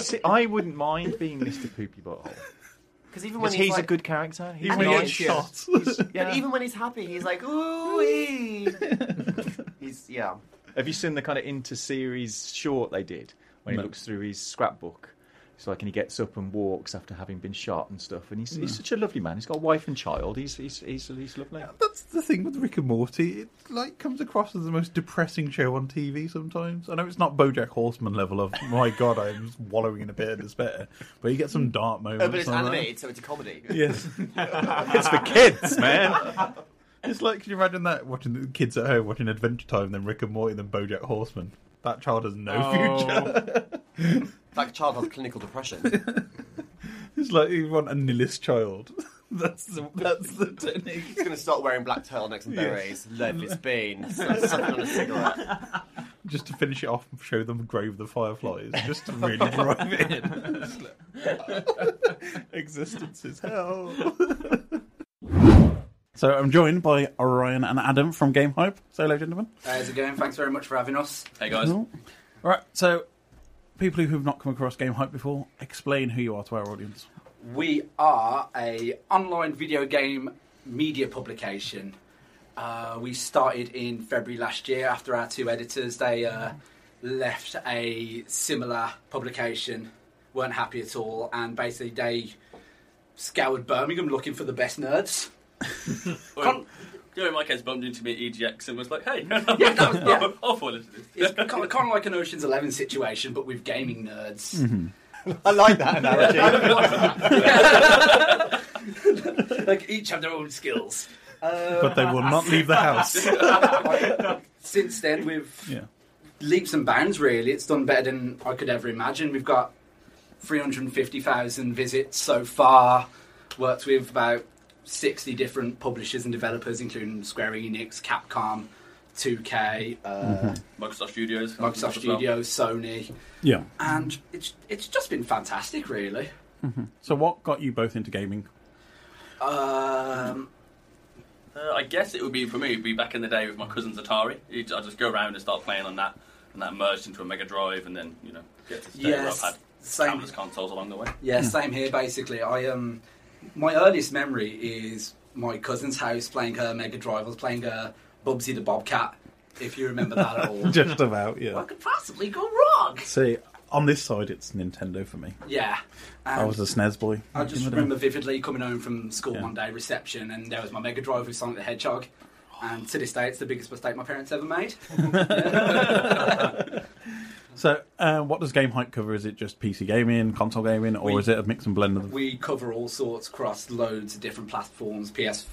J: See, I wouldn't mind being Mr. Poopy Butthole.
I: Because even when
J: Because
I: he's,
J: he's a
I: like-
J: good character. He's
A: Even when he
J: nice.
A: gets shot.
J: Yeah.
I: Even when he's happy, he's like, "Ooh." he's yeah.
J: Have you seen the kind of inter-series short they did when he looks through his scrapbook
K: It's like, and he gets up and walks after having been shot and stuff. And he's, he's such a lovely man. He's got a wife and child. He's he's he's, he's lovely.
L: That's the thing with Rick and Morty. It like comes across as the most depressing show on TV sometimes. I know it's not BoJack Horseman level of my god, I'm wallowing in a bit of despair, but you get some dark moments.
I: Oh, but it's
L: on there.
I: animated, so it's a comedy.
L: Yes,
K: It's for kids, man.
L: it's like can you imagine that watching the kids at home watching Adventure Time, then Rick and Morty, then BoJack Horseman. That child has no
I: Oh.
L: future.
I: That child has clinical depression.
L: It's like you want a nihilist child. that's the that's the technique.
I: He's going to start wearing black turtlenecks and berets, live his bean, sucking on a cigarette.
L: just to finish it off and show them Grave of the Fireflies, just to really drive it in. Existence is hell. so I'm joined by Orion and Adam from Game Hype. Say hello, gentlemen.
H: How's it going? Thanks very much for having us.
A: Hey guys.
L: All right, so people who have not come across Game Hype before, explain who you are to our audience.
H: We are a online video game media publication. Uh, we started in February last year after our two editors they uh, left a similar publication, weren't happy at all, and basically they scoured Birmingham looking for the best nerds. Con-
A: You know, in my case, bumped into me at EGX and was like, "Hey,
H: Yeah, that was- yeah.
A: I'll fall into this."
H: it's kind of, kind of like an Ocean's Eleven situation, but with gaming nerds.
K: I like that analogy.
H: like each have their own skills.
L: But they will not leave the house.
H: Since then, we've
L: Yeah.
H: leaps and bounds. Really, it's done better than I could ever imagine. We've got 350,000 visits so far. Worked with about 60 different publishers and developers, including Square Enix, Capcom, 2K, uh,
A: Microsoft Studios.
H: Microsoft
A: as well.
H: Studios, Sony,
L: Yeah.
H: and it's it's just been fantastic, really.
L: Mm-hmm. So what got you both into gaming?
H: Um,
A: Uh, I guess it would be for me. It'd be back in the day with my cousin's Atari. You'd- I'd just go around and start playing on that, and that merged into a Mega Drive, and then you know, get to the stage
H: Yes,
A: where I've had
H: same.
A: countless consoles along the way.
H: Yeah, same here. Basically, I um, my earliest memory is my cousin's house playing her Mega Drive. I was playing her Bubsy the Bobcat, if you remember that at all.
L: Just about, yeah.
H: what could possibly go wrong?
L: See, on this side, it's Nintendo for me.
H: Yeah, and
L: I was a SNES boy.
H: I just remember vividly coming home from school
L: Yeah.
H: one day, reception, and there was my Mega Drive with Sonic the Hedgehog. And to this day, it's the biggest mistake my parents ever made.
L: So, uh, what does Game Hype cover? Is it just PC gaming, console gaming, or
H: We-
L: is it a mix and blend of them?
H: We cover all sorts across loads of different platforms: PS,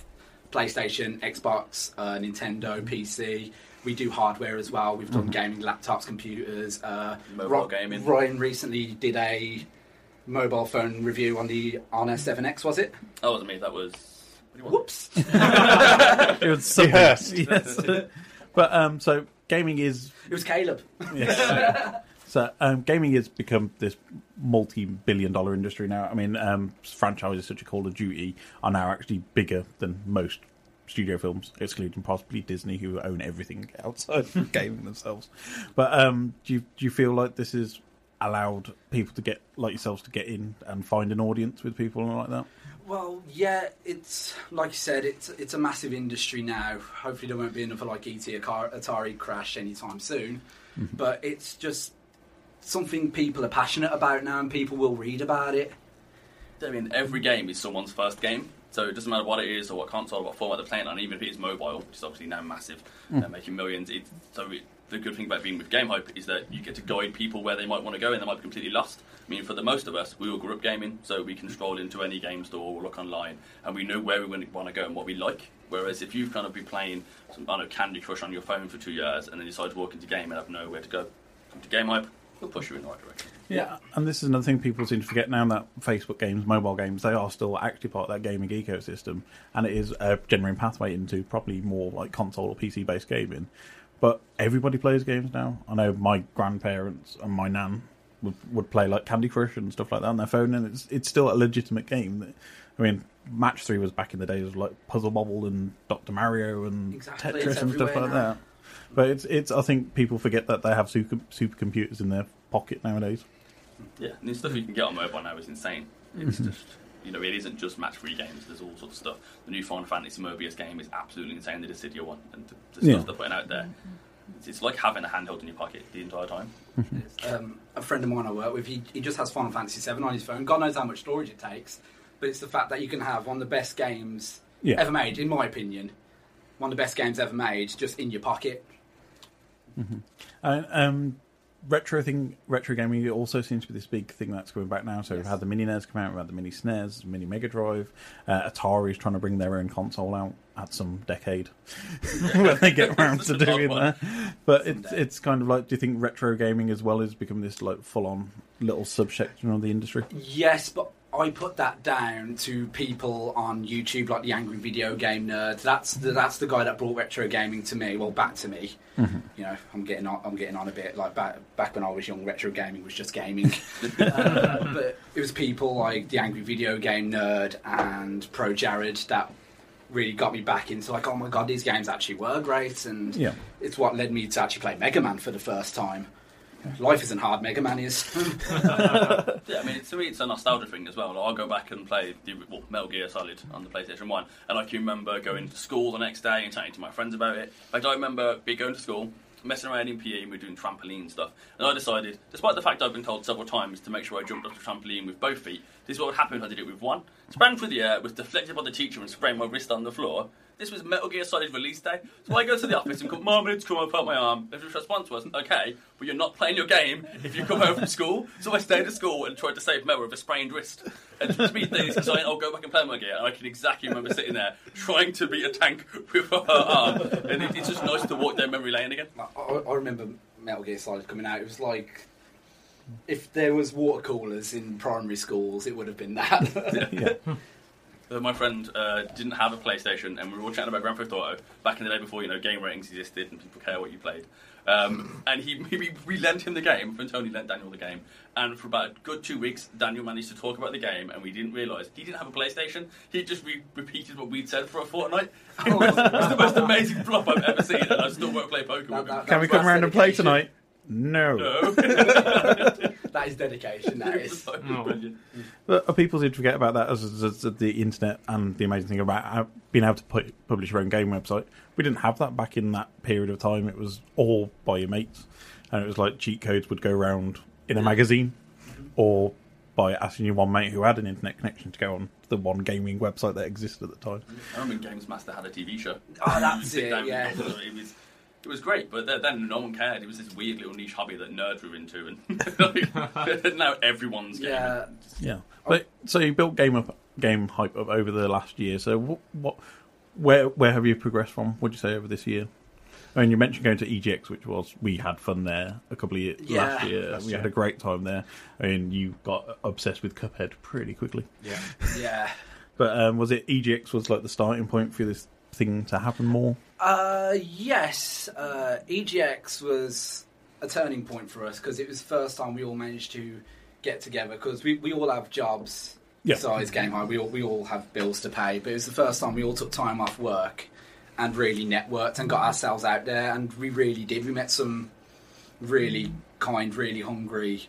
H: PlayStation, Xbox, uh, Nintendo, PC. We do hardware as well. We've done gaming laptops, computers, uh,
A: Mobile gaming.
H: Ryan recently did a mobile phone review on the Honor Seven X. Was it?
A: That wasn't me. That was.
H: Whoops.
L: it was something. Yes. but um, so gaming is
H: it was Caleb.
L: so um, gaming has become this multi-billion-dollar industry now. I mean, um, franchises such as Call of Duty are now actually bigger than most studio films, excluding possibly Disney, who own everything outside of gaming themselves. But um, do you do you feel like this is allowed people to get like yourselves to get in and find an audience with people and like that?
H: Well, yeah, it's like you said, it's it's a massive industry now. Hopefully, there won't be another like ET or Car- Atari crash anytime soon. But it's just something people are passionate about now, and people will read about it.
A: I mean, every game is someone's first game, so it doesn't matter what it is or what console or what format they're playing on. Even if it is mobile, which is obviously now massive,
L: Hmm.
A: they're making millions. It, so it, the good thing about being with Game Hype is that you get to guide people where they might want to go, and they might be completely lost. I mean, for the most of us, we all grew up gaming, so we can stroll into any game store or look online, and we know where we want to go and what we like. Whereas if you've kind of been playing, some, I don't know, Candy Crush on your phone for two years, and then you decide to walk into game and have nowhere to go, come to Game Hype, we'll push you in the right direction.
L: Yeah, and this is another thing people seem to forget now that Facebook games, mobile games, they are still actually part of that gaming ecosystem, and it is a genuine pathway into probably more like console or PC based gaming. But everybody plays games now. I know my grandparents and my nan would, would play like Candy Crush and stuff like that on their phone, and it's it's still a legitimate game. That, I mean, Match Three was back in the days of like Puzzle Bobble and Doctor Mario and
H: Exactly, it's
L: Tetris and stuff
H: everywhere
L: like
H: now.
L: that. But it's it's I think people forget that they have super supercomputers in their pocket nowadays.
A: Yeah, and the stuff you can get on mobile now is insane. It's just, you know, it isn't just match free games. There's all sorts of stuff. The new Final Fantasy Mobius game is absolutely insane. The Dissidia one and the, the
L: Yeah.
A: stuff they're putting out there.
M: It's, it's like having a handheld in your pocket the entire time.
A: um, a friend of mine I work with, he, he just has Final Fantasy VII on his phone. God knows how much storage it takes, but it's the fact that you can have one of the best games
L: Yeah.
A: ever made, in my opinion. One of the best games ever made, just in your pocket.
L: Uh, um, retro thing, retro gaming also seems to be this big thing that's going back now. So we've had the mini NES come out, we've had the mini SNES, mini Mega Drive. Uh, Atari's trying to bring their own console out at some decade when they get around to doing that. But it's it's kind of like, do you think retro gaming as well has become this like full on little subsection of the industry?
A: Yes, but I put that down to people on YouTube, like the Angry Video Game Nerd. That's the, that's the guy that brought retro gaming to me. Well, back to me.
N: Mhm.
A: You know, I'm getting on, I'm getting on a bit. Like back back when I was young, retro gaming was just gaming. Uh, but it was people like the Angry Video Game Nerd and Pro Jared that really got me back into like, oh my god, these games actually were great, and
L: Yeah.
A: it's what led me to actually play Mega Man for the first time. Life isn't hard. Mega Man is.
M: yeah, I mean, to me, it's a nostalgia thing as well. Like, I'll go back and play the well, Metal Gear Solid on the PlayStation One, and I can remember going to school the next day and chatting to my friends about it. In fact, I remember be going to school, messing around in PE, and we were doing trampoline stuff. And I decided, despite the fact I've been told several times to make sure I jumped off the trampoline with both feet, this is what would happen if I did it with one. Sprang through the air, was deflected by the teacher, and sprained my wrist on the floor. This was Metal Gear Solid release day, so I go to the office and go, Mom, I need to come up, hurt my arm. The response was, okay, but you're not playing your game if you come home from school. So I stayed at school and tried to save Mel with a sprained wrist. And to beat things, because I'll go back and play my gear. And I can exactly remember sitting there trying to beat a tank with her arm. um," And it, it's just nice to walk down memory lane again.
A: I, I remember Metal Gear Solid coming out. It was like if there was water coolers in primary schools, it would have been that.
M: Uh, My friend uh, didn't have a PlayStation, and we were all chatting about Grand Theft Auto back in the day before you know game ratings existed and people care what you played. Um, and he we, we lent him the game, and Tony lent Daniel the game. And for about a good two weeks, Daniel managed to talk about the game, and we didn't realise he didn't have a PlayStation. He just re- repeated what we'd said for a fortnight. It was, it was the most amazing flop I've ever seen, and I still won't play poker with him.
L: Can we come around and play tonight? No.
A: that is dedication. That is.
M: Oh,
L: But uh, people seem to forget about that as, as- as the internet and the amazing thing about uh, being able to put, publish your own game website. We didn't have that back in that period of time. It was all by your mates, and it was like cheat codes would go around in a magazine, or by asking your one mate who had an internet connection to go on the one gaming website that existed at the time.
M: I remember Games Master had a TV show.
A: Oh, that's
M: Sit
A: it,
M: down with
A: yeah.
M: people. It was, it was great, but then- then no one cared. It was this weird little niche hobby that nerds were into, and like, now everyone's game.
A: Yeah.
L: Yeah,
A: Oh.
L: but so you built game up, game hype up over the last year. So what, what, where, where have you progressed from? Would you say over this year? I mean, you mentioned going to EGX, which was we had fun there a couple of years
A: Yeah.
L: last year.
A: Last
L: we had
A: year.
L: a great time there, I mean, you got obsessed with Cuphead pretty quickly.
A: Yeah. Yeah.
L: But um, was it EGX was like the starting point for this thing to happen more?
A: Uh, yes, uh, EGX was a turning point for us because it was the first time we all managed to get together because we, we all have jobs
L: Yeah.
A: besides Game High. We all, we all have bills to pay, but it was the first time we all took time off work and really networked and got ourselves out there. And we really did. We met some really kind, really hungry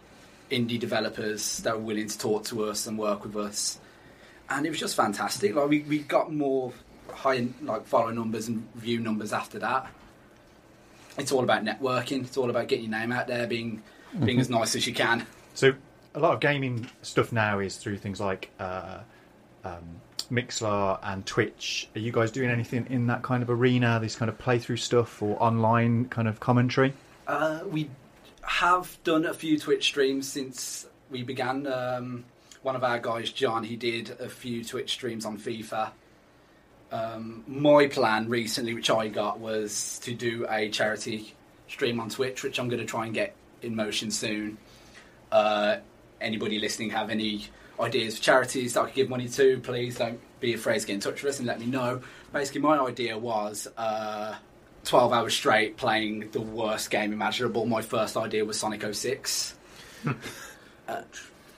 A: indie developers that were willing to talk to us and work with us. And it was just fantastic. Like we, we got more high like follow numbers and view numbers after that. It's all about networking. It's all about getting your name out there, being being
O: Mhm.
A: as nice as you can.
O: So a lot of gaming stuff now is through things like uh, um, Mixlr and Twitch. Are you guys doing anything in that kind of arena? This kind of playthrough stuff or online kind of commentary?
A: Uh, we have done a few Twitch streams since we began. Um, one of our guys, John, he did a few Twitch streams on FIFA. Um, my plan recently, which I got, was to do a charity stream on Twitch, which I'm going to try and get in motion soon. Uh, anybody listening have any ideas for charities that I could give money to? Please don't be afraid to get in touch with us and let me know. Basically, my idea was. Uh, 12 hours straight playing the worst game imaginable. My first idea was Sonic 06. uh,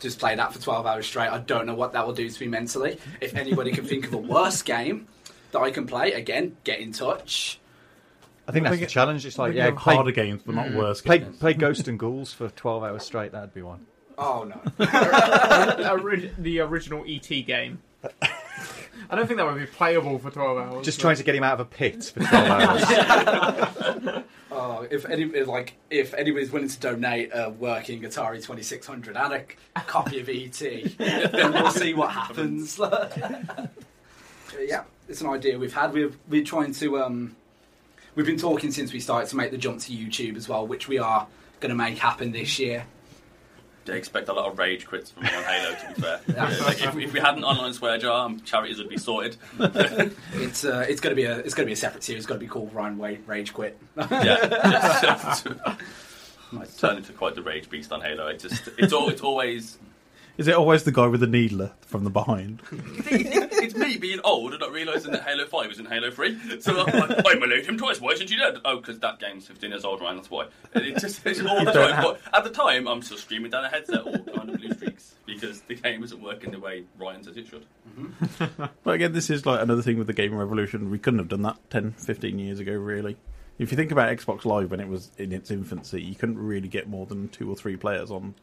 A: just play that for 12 hours straight. I don't know what that will do to me mentally. If anybody can think of a worse game that I can play, again, get in touch.
O: I think that's
A: I think
O: the
A: it-
O: challenge. It's
A: I Mm.
O: like
A: think
O: yeah,
A: you have harder games, but not worse
O: Play,
A: games.
O: play Ghost and Ghouls for twelve hours straight. That'd be one.
A: Oh no.
H: Ori- the original ET game.
P: E I don't think that would be playable for 12 hours.
Q: Just trying to get him out of a pit for 12 hours.
H: Oh, if any like if anybody's willing to donate a working Atari twenty six hundred and a c- copy of ET, then we'll see what happens. yeah, it's an idea we've had. We've we're trying to um, we've been talking since we started to make the jump to YouTube as well, which we are going to make happen this year.
M: They expect a lot of rage quits from on Halo. To be fair, Yeah, like, if, if we had an online swear jar, um, charities would be sorted.
H: It's uh, it's going to be a it's going to be a separate series. It's going to be called Ryan Wade Rage Quit.
M: yeah, I turned into quite the rage beast on Halo. It just it's all it's always
A: Is it always the guy with the needler from the behind?
M: it's me being old and not realizing that Halo Five is in Halo Three. So I'm like, I malighed him twice. Why isn't he dead? Oh, because that game's 15 years old, Ryan. That's why. And It just it's all the time. But at the time, I'm still streaming down a headset all kind of blue streaks because the game isn't working the way Ryan says it should.
A: But again, this is like another thing with the gaming revolution. We couldn't have done that 10, 15 years ago, really. If you think about Xbox Live when it was in its infancy, you couldn't really get more than two or three players on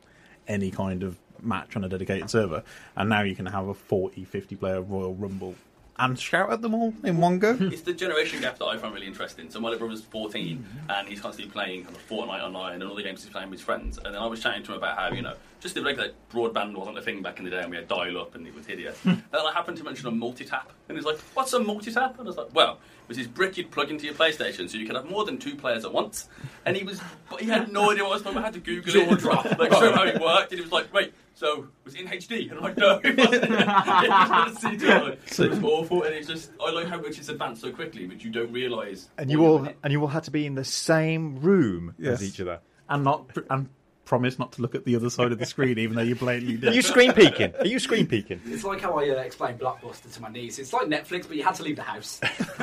A: any kind of match on a dedicated server. And now you can have a 40, 50 player Royal Rumble and shout at them all in one go.
M: It's the generation gap that I find really interesting. So my little brother's 14, and he's constantly playing kind of Fortnite online and all the games he's playing with his friends. And then I was chatting to him about how you know just the regular broadband wasn't a thing back in the day, and we had dial-up, and it was hideous. and then I happened to mention a multi-tap, and he's like, "What's a multi-tap?" And I was like, "Well, it was this brick you'd plug into your PlayStation, so you could have more than two players at once." And he was, but he had no idea what I was talking about. I had to Google
I: Jaw
M: it,
I: drop.
M: like show him how it worked, and he was like, "Wait." So was it in HD? And I'm like, no, it wasn't. It was just CGI. It was awful, and it's just I like how much it's advanced so quickly, but you don't realise.
Q: and you all and you all had to be in the same room as each other.
A: And not and promise not to look at the other side of the screen, even though you blatantly did.
Q: Are you screen peeking? Are you screen peeking?
H: It's like how I uh, explained Blockbuster to my niece. It's like Netflix, but you had to leave the house.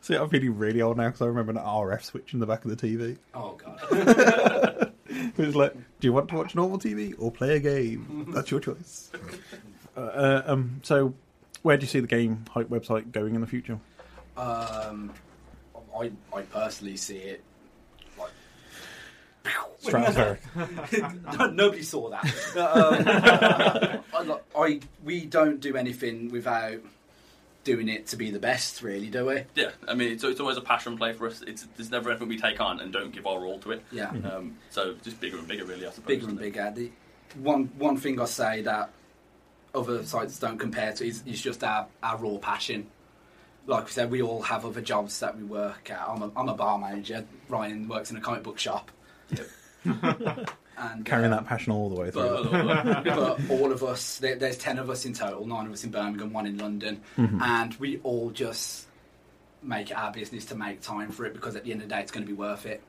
A: See, I'm feeling really old now because I remember an RF switch in the back of the TV.
H: Oh god.
A: it was like, do you want to watch normal TV or play a game? That's your choice. Uh, uh, um, so, where do you see the game hype website going in the future?
H: Um, I, I personally see it like.
A: Stratospheric.
H: No, Nobody saw that. But, um, I, I- we don't do anything without doing it to be the best, really, do we?
M: Yeah, I mean, it's, it's always a passion play for us. It's there's never anything we take on and don't give our all to it.
H: Yeah. Mhm.
M: Um, so just bigger and bigger, really. I suppose.
H: Bigger and bigger. The, one one thing I say that other sites don't compare to is, is just our, our raw passion. Like we said, we all have other jobs that we work at. I'm a, I'm a bar manager. Ryan works in a comic book shop. and
A: Carrying that passion all the way
H: but,
A: through.
H: but all of us, there, there's 10 of us in total, nine of us in Birmingham, one in London,
A: Mhm.
H: and we all just make it our business to make time for it because at the end of the day, it's going to be worth it.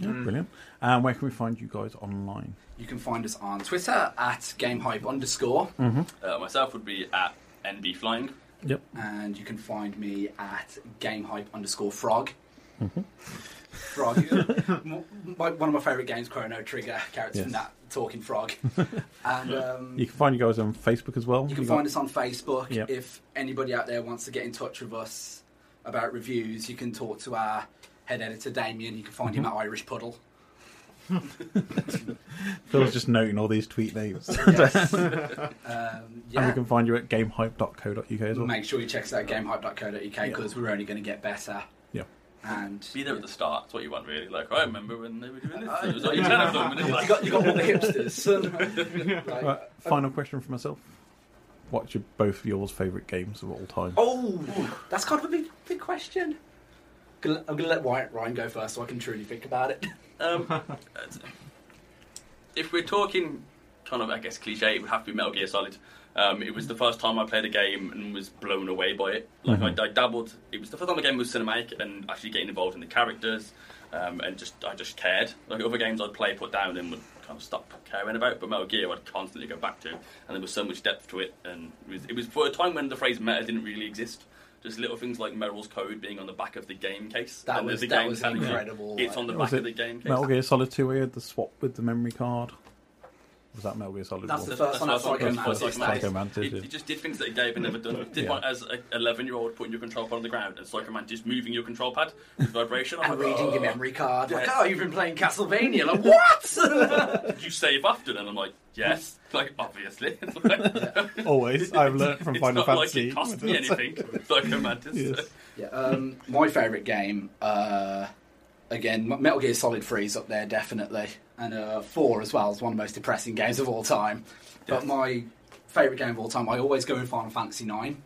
A: Yeah, brilliant. And where can we find you guys online?
H: Mm. You can find us on Twitter at gamehype underscore,
A: Mm-hmm.
M: Uh, myself would be at NB Flying.
A: Yep.
H: and you can find me at gamehype underscore frog.
A: Mm-hmm.
H: Frog. M- my, one of my favourite games, Chrono Trigger, character from
A: Yes.
H: that talking frog. and um,
A: You can find you guys on Facebook as well.
H: You can
A: got-
H: find us on Facebook.
A: Yep.
H: If anybody out there wants to get in touch with us about reviews, you can talk to our head editor Damien. You can find
A: Mm-hmm.
H: him at Irish Puddle.
A: Phil's just noting all these tweet names.
H: Yes. Um,
A: And
H: yeah.
A: we can find you at gamehype.co.uk as well.
H: Make sure you check us out gamehype.co.uk because we're only going to get better.
A: Yeah.
H: And
M: Be there at the start. That's what you want, really. Like I remember when they were doing this. It was like you turn up to them and it's like-
H: You got- you got all the hipsters. Like-
A: Right, final question for myself. What's your, both yours favourite games of all time?
H: Oh, that's kind of a big, big question. I'm going to let Wy- Ryan go first so I can truly think about it.
M: Um, if we're talking kind of, I guess, cliche, it would have to be Metal Gear Solid. Um, it was the first time I played a game and was blown away by it. Like,
I: Mhm.
M: I, I dabbled. It was the first time the game was cinematic and actually getting involved in the characters. Um, and just, I just cared. Like, other games I'd play, put down, and would kind of stop caring about. But Metal Gear, I'd constantly go back to. And there was so much depth to it. And it was, it was for a time when the phrase meta didn't really exist. Just little things like Merrill's code being on the back of the game case.
H: That
M: and
H: was-
M: the
H: that
M: game
H: was
M: telling you
H: incredible,
M: It's
H: like-
M: on the
A: Was
M: back of
A: it
M: the game case.
A: Metal Gear Solid 2, where you had the swap with the memory card. Was that Metal Gear Solid?
H: That's
A: One?
H: the first one, that's
L: That's
H: Psychomantis.
L: what it was,
A: Psychomantis,
L: It,
A: yeah.
L: it just did things that Gabe had never done. It did
A: Yeah.
L: one as an 11 year old putting your control pad on the ground and Psychomantis moving your control pad with vibration. I'm
H: And
L: like,
H: reading your memory card, like,
L: Yeah.
H: oh, you've been playing Castlevania. Like, what?
L: Did you save often? And I'm like, yes. Like, obviously.
A: Always, I've learnt from
L: it's
A: Final
L: not
A: Fantasy.
L: like it cost me anything. Psychomantis.
A: Yes.
H: yeah, um, my favourite game, uh, again, M- Metal Gear Solid 3 is up there definitely, and uh, 4 as well is one of the most depressing games of all time. But my favourite game of all time, I always go in Final Fantasy 9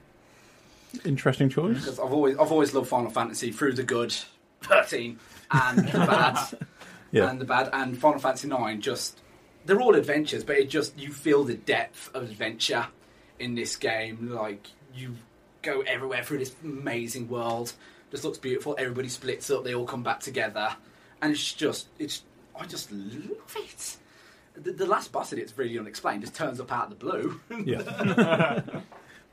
A: Interesting choice.
H: because I've always I've always loved Final Fantasy through the good, 13 and the bad,
A: Yeah.
H: and the bad, and Final Fantasy 9 just they're all adventures, but it just you feel the depth of adventure in this game. Like you go everywhere through this amazing world, just looks beautiful. Everybody splits up, they all come back together, and it's just it's I just love it. The, the last boss in it's really unexplained. Just turns up out of the blue.
A: Yeah.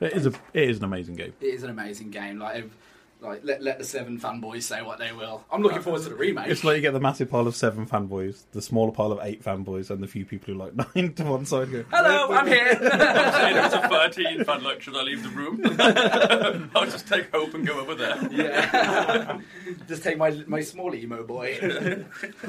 A: It is a it is an amazing game.
H: It is an amazing game. Like, if- like let, let the seven fanboys say what they will. I'm looking forward to the remake.
A: It's like you get the massive pile of seven fanboys, the smaller pile of eight fanboys, and the few people who like nine to one side go.
H: Hello, I'm
L: I'm saying
H: here.
L: it was a 13 fan luck. Should I leave the room? I'll just take hope and go over there.
H: yeah. Just take my my small emo boy.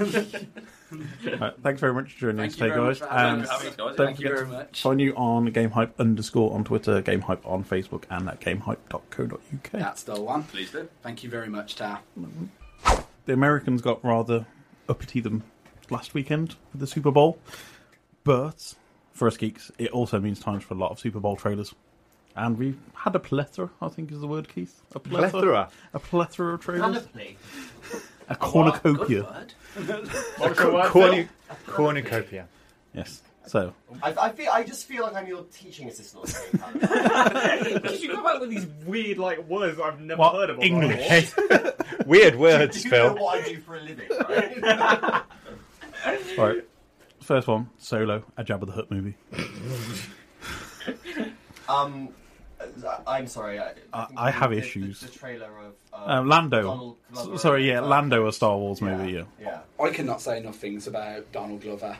A: Right, thanks very much for joining
H: Thank
A: us
H: you
A: today,
H: very
A: guys.
H: much for having
A: And
H: us. Thank you, guys.
A: don't
H: Thank you
A: forget
H: very
A: to
H: much.
A: Find you on GameHype underscore on Twitter, GameHype on Facebook, and at GameHype.co.uk.
H: That's the one.
L: Please do.
H: Thank you very much, Ta.
A: The Americans got rather uppity them last weekend with the Super Bowl, but for us geeks, it also means times for a lot of Super Bowl trailers. And we had a plethora, I think is the word, Keith. A
M: Plethora.
A: A plethora of trailers.
H: Panoply.
A: A cornucopia.
M: A
R: Corn-
M: cor- cornu- cornucopia.
A: Yes. So,
I: I, I feel I just feel like I'm your teaching assistant. or something, Alan.
S: Because you come up with these weird like words I've never heard of.
M: English. Weird words,
I: you
M: Phil.
I: know what I do for a living, right?
A: all right. First one, Solo, a Jabba the Hutt movie.
I: um, I- I'm sorry. I,
A: I-
I: think
A: I have
I: the- the-
A: issues.
I: The, trailer of uh,
A: Um, Lando.
I: Donald Glover
A: S- Sorry, yeah,
I: and, uh,
A: Lando, a Star Wars movie, yeah.
I: Yeah.
H: I cannot say enough things about Donald Glover.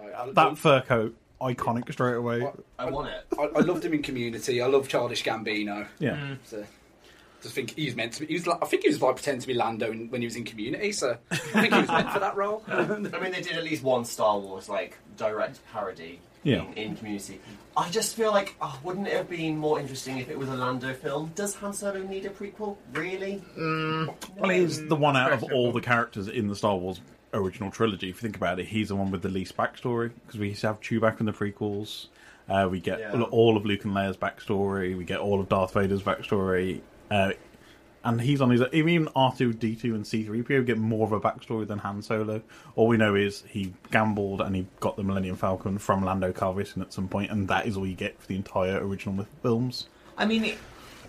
H: I, I-
A: That fur coat, iconic straight away.
I: I want it.
H: I, I loved him in Community. I love Childish Gambino.
A: Yeah. Mm.
H: So, just think he's meant to be. He was like, I think he was like pretending to be Lando in, when he was in Community. So I think he was meant for that role.
I: I mean, they did at least one Star Wars like direct parody
A: Yeah.
I: in, in Community. I just feel like, oh, wouldn't it have been more interesting if it was a Lando film? Does Han Solo need a prequel? Really?
A: Well, he is the one out of all the characters in the Star Wars original trilogy. If you think about it, he's the one with the least backstory because we used to have Chewbacca in the prequels. Uh, we get
I: Yeah.
A: all- all of Luke and Leia's backstory. We get all of Darth Vader's backstory. Uh, and he's on his even R2 D2 and C3PO get more of a backstory than Han Solo. All we know is he gambled and he got the Millennium Falcon from Lando Calrissian at some point, and that is all you get for the entire original myth- films.
I: I mean, it,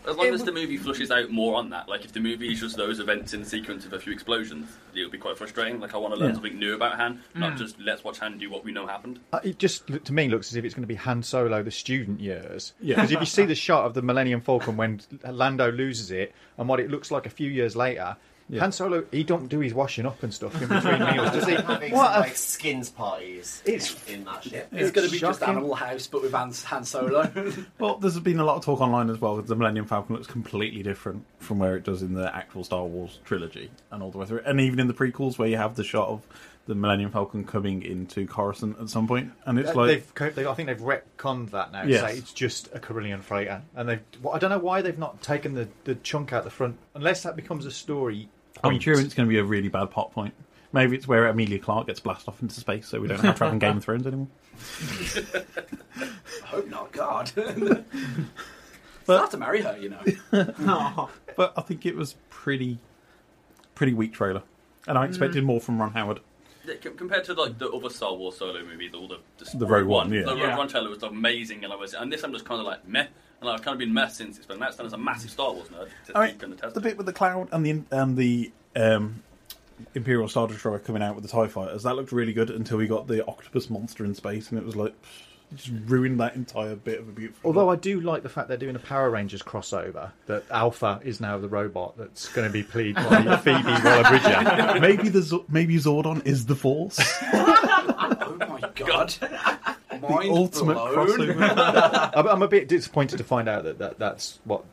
L: As long as the movie flushes out more on that, like if the movie is just those events in sequence of a few explosions, it would be quite frustrating. Like I want to learn
M: Yeah.
L: something new about Han, not
M: Mm.
L: just let's watch Han do what we know happened.
M: Uh, It just to me looks as if it's going to be Han Solo the student years.
L: Yeah.
M: Because if you see the shot of the Millennium Falcon when Lando loses it and what it looks like a few years later, Han Solo he don't do his washing up and stuff in between meals, does he?
I: Having
M: What
I: some,
M: a
I: like skins parties it's, in, in that shit.
H: It's going to be just
A: shocking.
H: Animal House, but with Han, Han Solo.
A: Well, there's been a lot of talk online as well. that The Millennium Falcon looks completely different from where it does in the actual Star Wars trilogy and all the way through. And even in the prequels, where you have the shot of the Millennium Falcon coming into Coruscant at some point, and it's
M: Uh,
A: like
M: they've, co- they, I think they've retconned that now.
A: Yes.
M: Yes. it's just a Carillion freighter, and they. Well, I don't know why they've not taken the, the chunk out the front, unless that becomes a story.
A: I'm sure it's going to be a really bad plot point. Maybe it's where Amelia Clark gets blasted off into space, so we don't have to have in Game of Thrones anymore.
H: I hope not, God. I'll have to marry her, you know.
A: But I think it was pretty, pretty weak trailer, and I expected
L: Mm.
A: more from Ron Howard.
L: Yeah, c- compared to like the other Star Wars solo movies, all the the,
A: The Rogue One, yeah.
L: the Rogue
A: Yeah.
L: One trailer was amazing, and I was, and this I'm just kind of like meh, and I've kind of been meh since it's been out. Stan is a massive Star Wars nerd. To
A: I
L: I
A: mean, the bit with the cloud and the and the um, Imperial Star Destroyer coming out with the Tie Fighters that looked really good until we got the octopus monster in space, and it was like pfft, it just ruined that entire bit of a beautiful.
M: Although I do like the fact they're doing a Power Rangers crossover. That Alpha is now the robot that's going to be played by Phoebe Waller-Bridger.
A: maybe the Z- maybe Zordon is the Force.
H: oh my my god. Mind
Q: ultimate
H: blown.
Q: I'm, I'm a bit disappointed to find out that, that that's what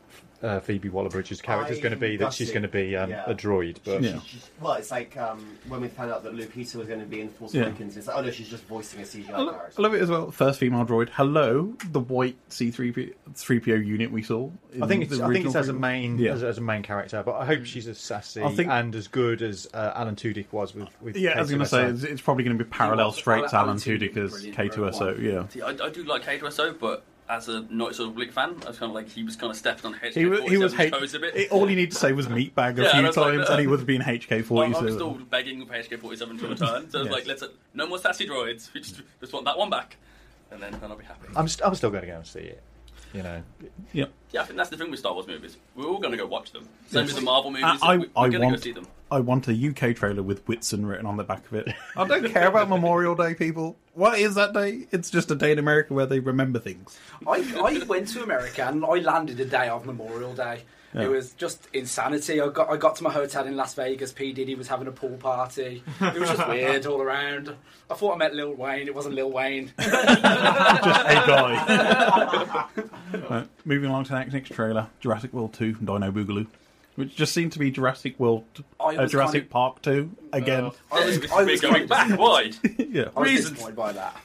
Q: uh, Phoebe Waller-Bridge's character's going to be. That she's going to be um,
I: Yeah.
Q: a droid, but
I: She- she- she- well, it's like um, when we found out that Lupita was going to be in Force
A: Yeah.
I: Awakens. It's like, oh no, she's just voicing a CGI
A: I lo-
I: character.
A: I love it as well. First female droid. Hello, the white C three P three PO unit we saw. in
Q: I think it's,
A: the
Q: I think it's
A: original
Q: as a
A: prequel.
Q: main
A: Yeah. Mm.
Q: as, as a main character. But I hope she's as sassy
A: I think-
Q: and as good as uh, Alan Tudyk was with. with
A: yeah, I was going to say
Q: K2SO.
A: it's, it's probably going to be parallel straight to Alan Tudyk as K two S O. Yeah,
M: See, I, I do like K2SO, but as a not sort of Blick fan, I was kind of like he was kind of stepped on his
A: he was he was H-
M: toes a bit.
A: it- all you need to say was meatbag a
M: Yeah,
A: few
M: that's like-
A: times, and he would have been HK
M: I'm,
A: forty.
M: I'm
A: so-
M: still begging for HK47 to return. So it's
A: Yes.
M: like, let's no more sassy droids. We just, just want that one back, and then, then I'll be happy.
Q: I'm, st- I'm still going to go and see it. You know,
A: Yep.
M: Yeah, I think that's the thing with Star Wars movies. We're all going to go watch them. Same
A: Yes.
M: with the Marvel movies.
A: I, I,
M: we're
A: I
M: going to go
A: want
M: see them.
A: I want a UK trailer with Whitson written on the back of it. I don't care about Memorial Day, people. What is that day? It's just a day in America where they remember things.
H: I, I went to America and I landed the day of Memorial Day.
A: Yeah.
H: It was just insanity. I got I got to my hotel in Las Vegas. P Diddy was having a pool party. It was just weird all around. I thought I met Lil Wayne. It wasn't Lil Wayne.
A: Hey guy. Right, moving along to the next, next trailer, Jurassic World Two, Dino Boogaloo, which just seemed to be Jurassic World,
H: I
A: uh,
H: was
A: Jurassic
H: kind of-
A: Park Two again.
H: I was,
M: We're going back. Why?
A: yeah,
H: I was disappointed by that.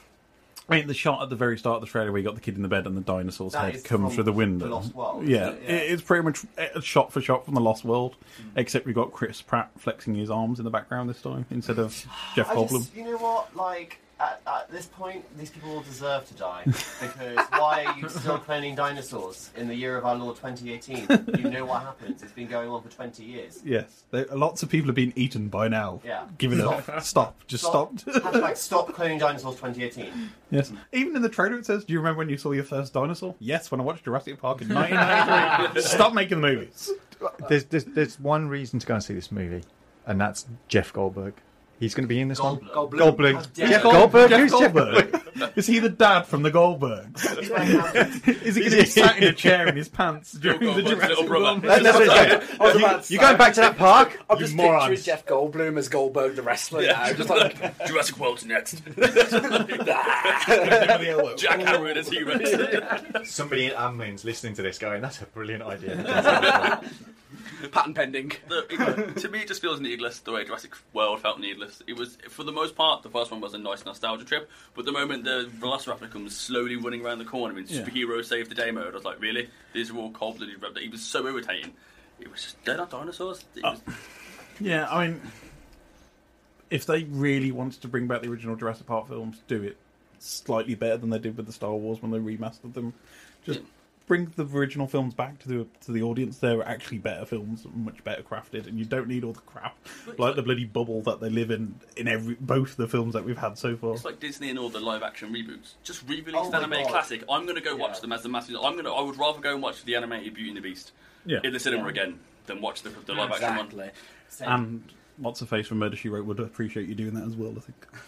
A: I mean, the shot at the very start of the trailer where you got the kid in the bed and the dinosaur's
H: That
A: head
H: is
A: come
H: from
A: through the window.
H: The Lost World,
A: yeah,
H: isn't it?
A: it- it's pretty much uh, shot for shot from The Lost World, except we got Chris Pratt flexing his arms in the background this time instead of Jeff
I: I
A: Goldblum.
I: just, you know what? Like at, at this point, these people all deserve to die because why are you still cloning dinosaurs in the year of our Lord 2018? You know what happens? It's been going on for 20 years.
A: Yes, there, lots of people have been eaten by now.
I: Yeah.
A: give it up.
I: Stop.
A: Stop. Just stop.
I: Hashtag stop cloning dinosaurs 2018.
A: Yes. Even in the trailer, it says, "Do you remember when you saw your first dinosaur?" Yes, when I watched Jurassic Park in 1993. Stop making the movies.
Q: there's, there's there's one reason to go and see this movie, and that's Jeff Goldberg. He's going to be in this one.
I: Goldblum.
Q: Goldblum.
I: How dare
Q: Jeff
I: you.
Q: Goldberg.
A: Jeff
Q: Who's Jeff
A: Goldblug? Is he the dad from the Goldbergs? Is he going to be sat in a chair in his pants during the Jurassic World?
Q: That- that's what it's
H: I was
Q: You-
H: about to
Q: you're
H: say.
Q: going back to that park?
H: I'm
Q: You
H: just
Q: morons.
H: picturing Jeff Goldblum as Goldberg the wrestler now. Just like
M: Jurassic World's next. Jack Howard as he rex
Q: Somebody in Amlin's listening to this going, that's a brilliant idea.
H: Patent pending.
M: to me, it just feels needless the way Jurassic World felt needless. It was, for the most part, the first one was a nice nostalgia trip, but the moment the Velociraptor comes slowly running around the corner in
A: Yeah.
M: superhero save the day mode, I was like, really? These are all cold blooded raptor. It was so irritating. It was just, they're not dinosaurs. It was,
A: Oh. Yeah, I mean, if they really wanted to bring back the original Jurassic Park films, do it slightly better than they did with the Star Wars when they remastered them. Just bring the original films back to the to the audience. They're actually better films, much better crafted, and you don't need all the crap like the bloody bubble that they live in in every both the films that we've had so far.
M: It's like Disney and all the live action reboots. Just re-release
I: Oh
M: the
I: my
M: animated
I: God.
M: classic. I'm gonna go watch them as the massive. I'm gonna. I would rather go and watch the animated Beauty and the Beast
A: Yeah.
M: in the cinema again than watch the, the live action one.
A: And what's her face from Murder She Wrote would appreciate you doing that as well. I think.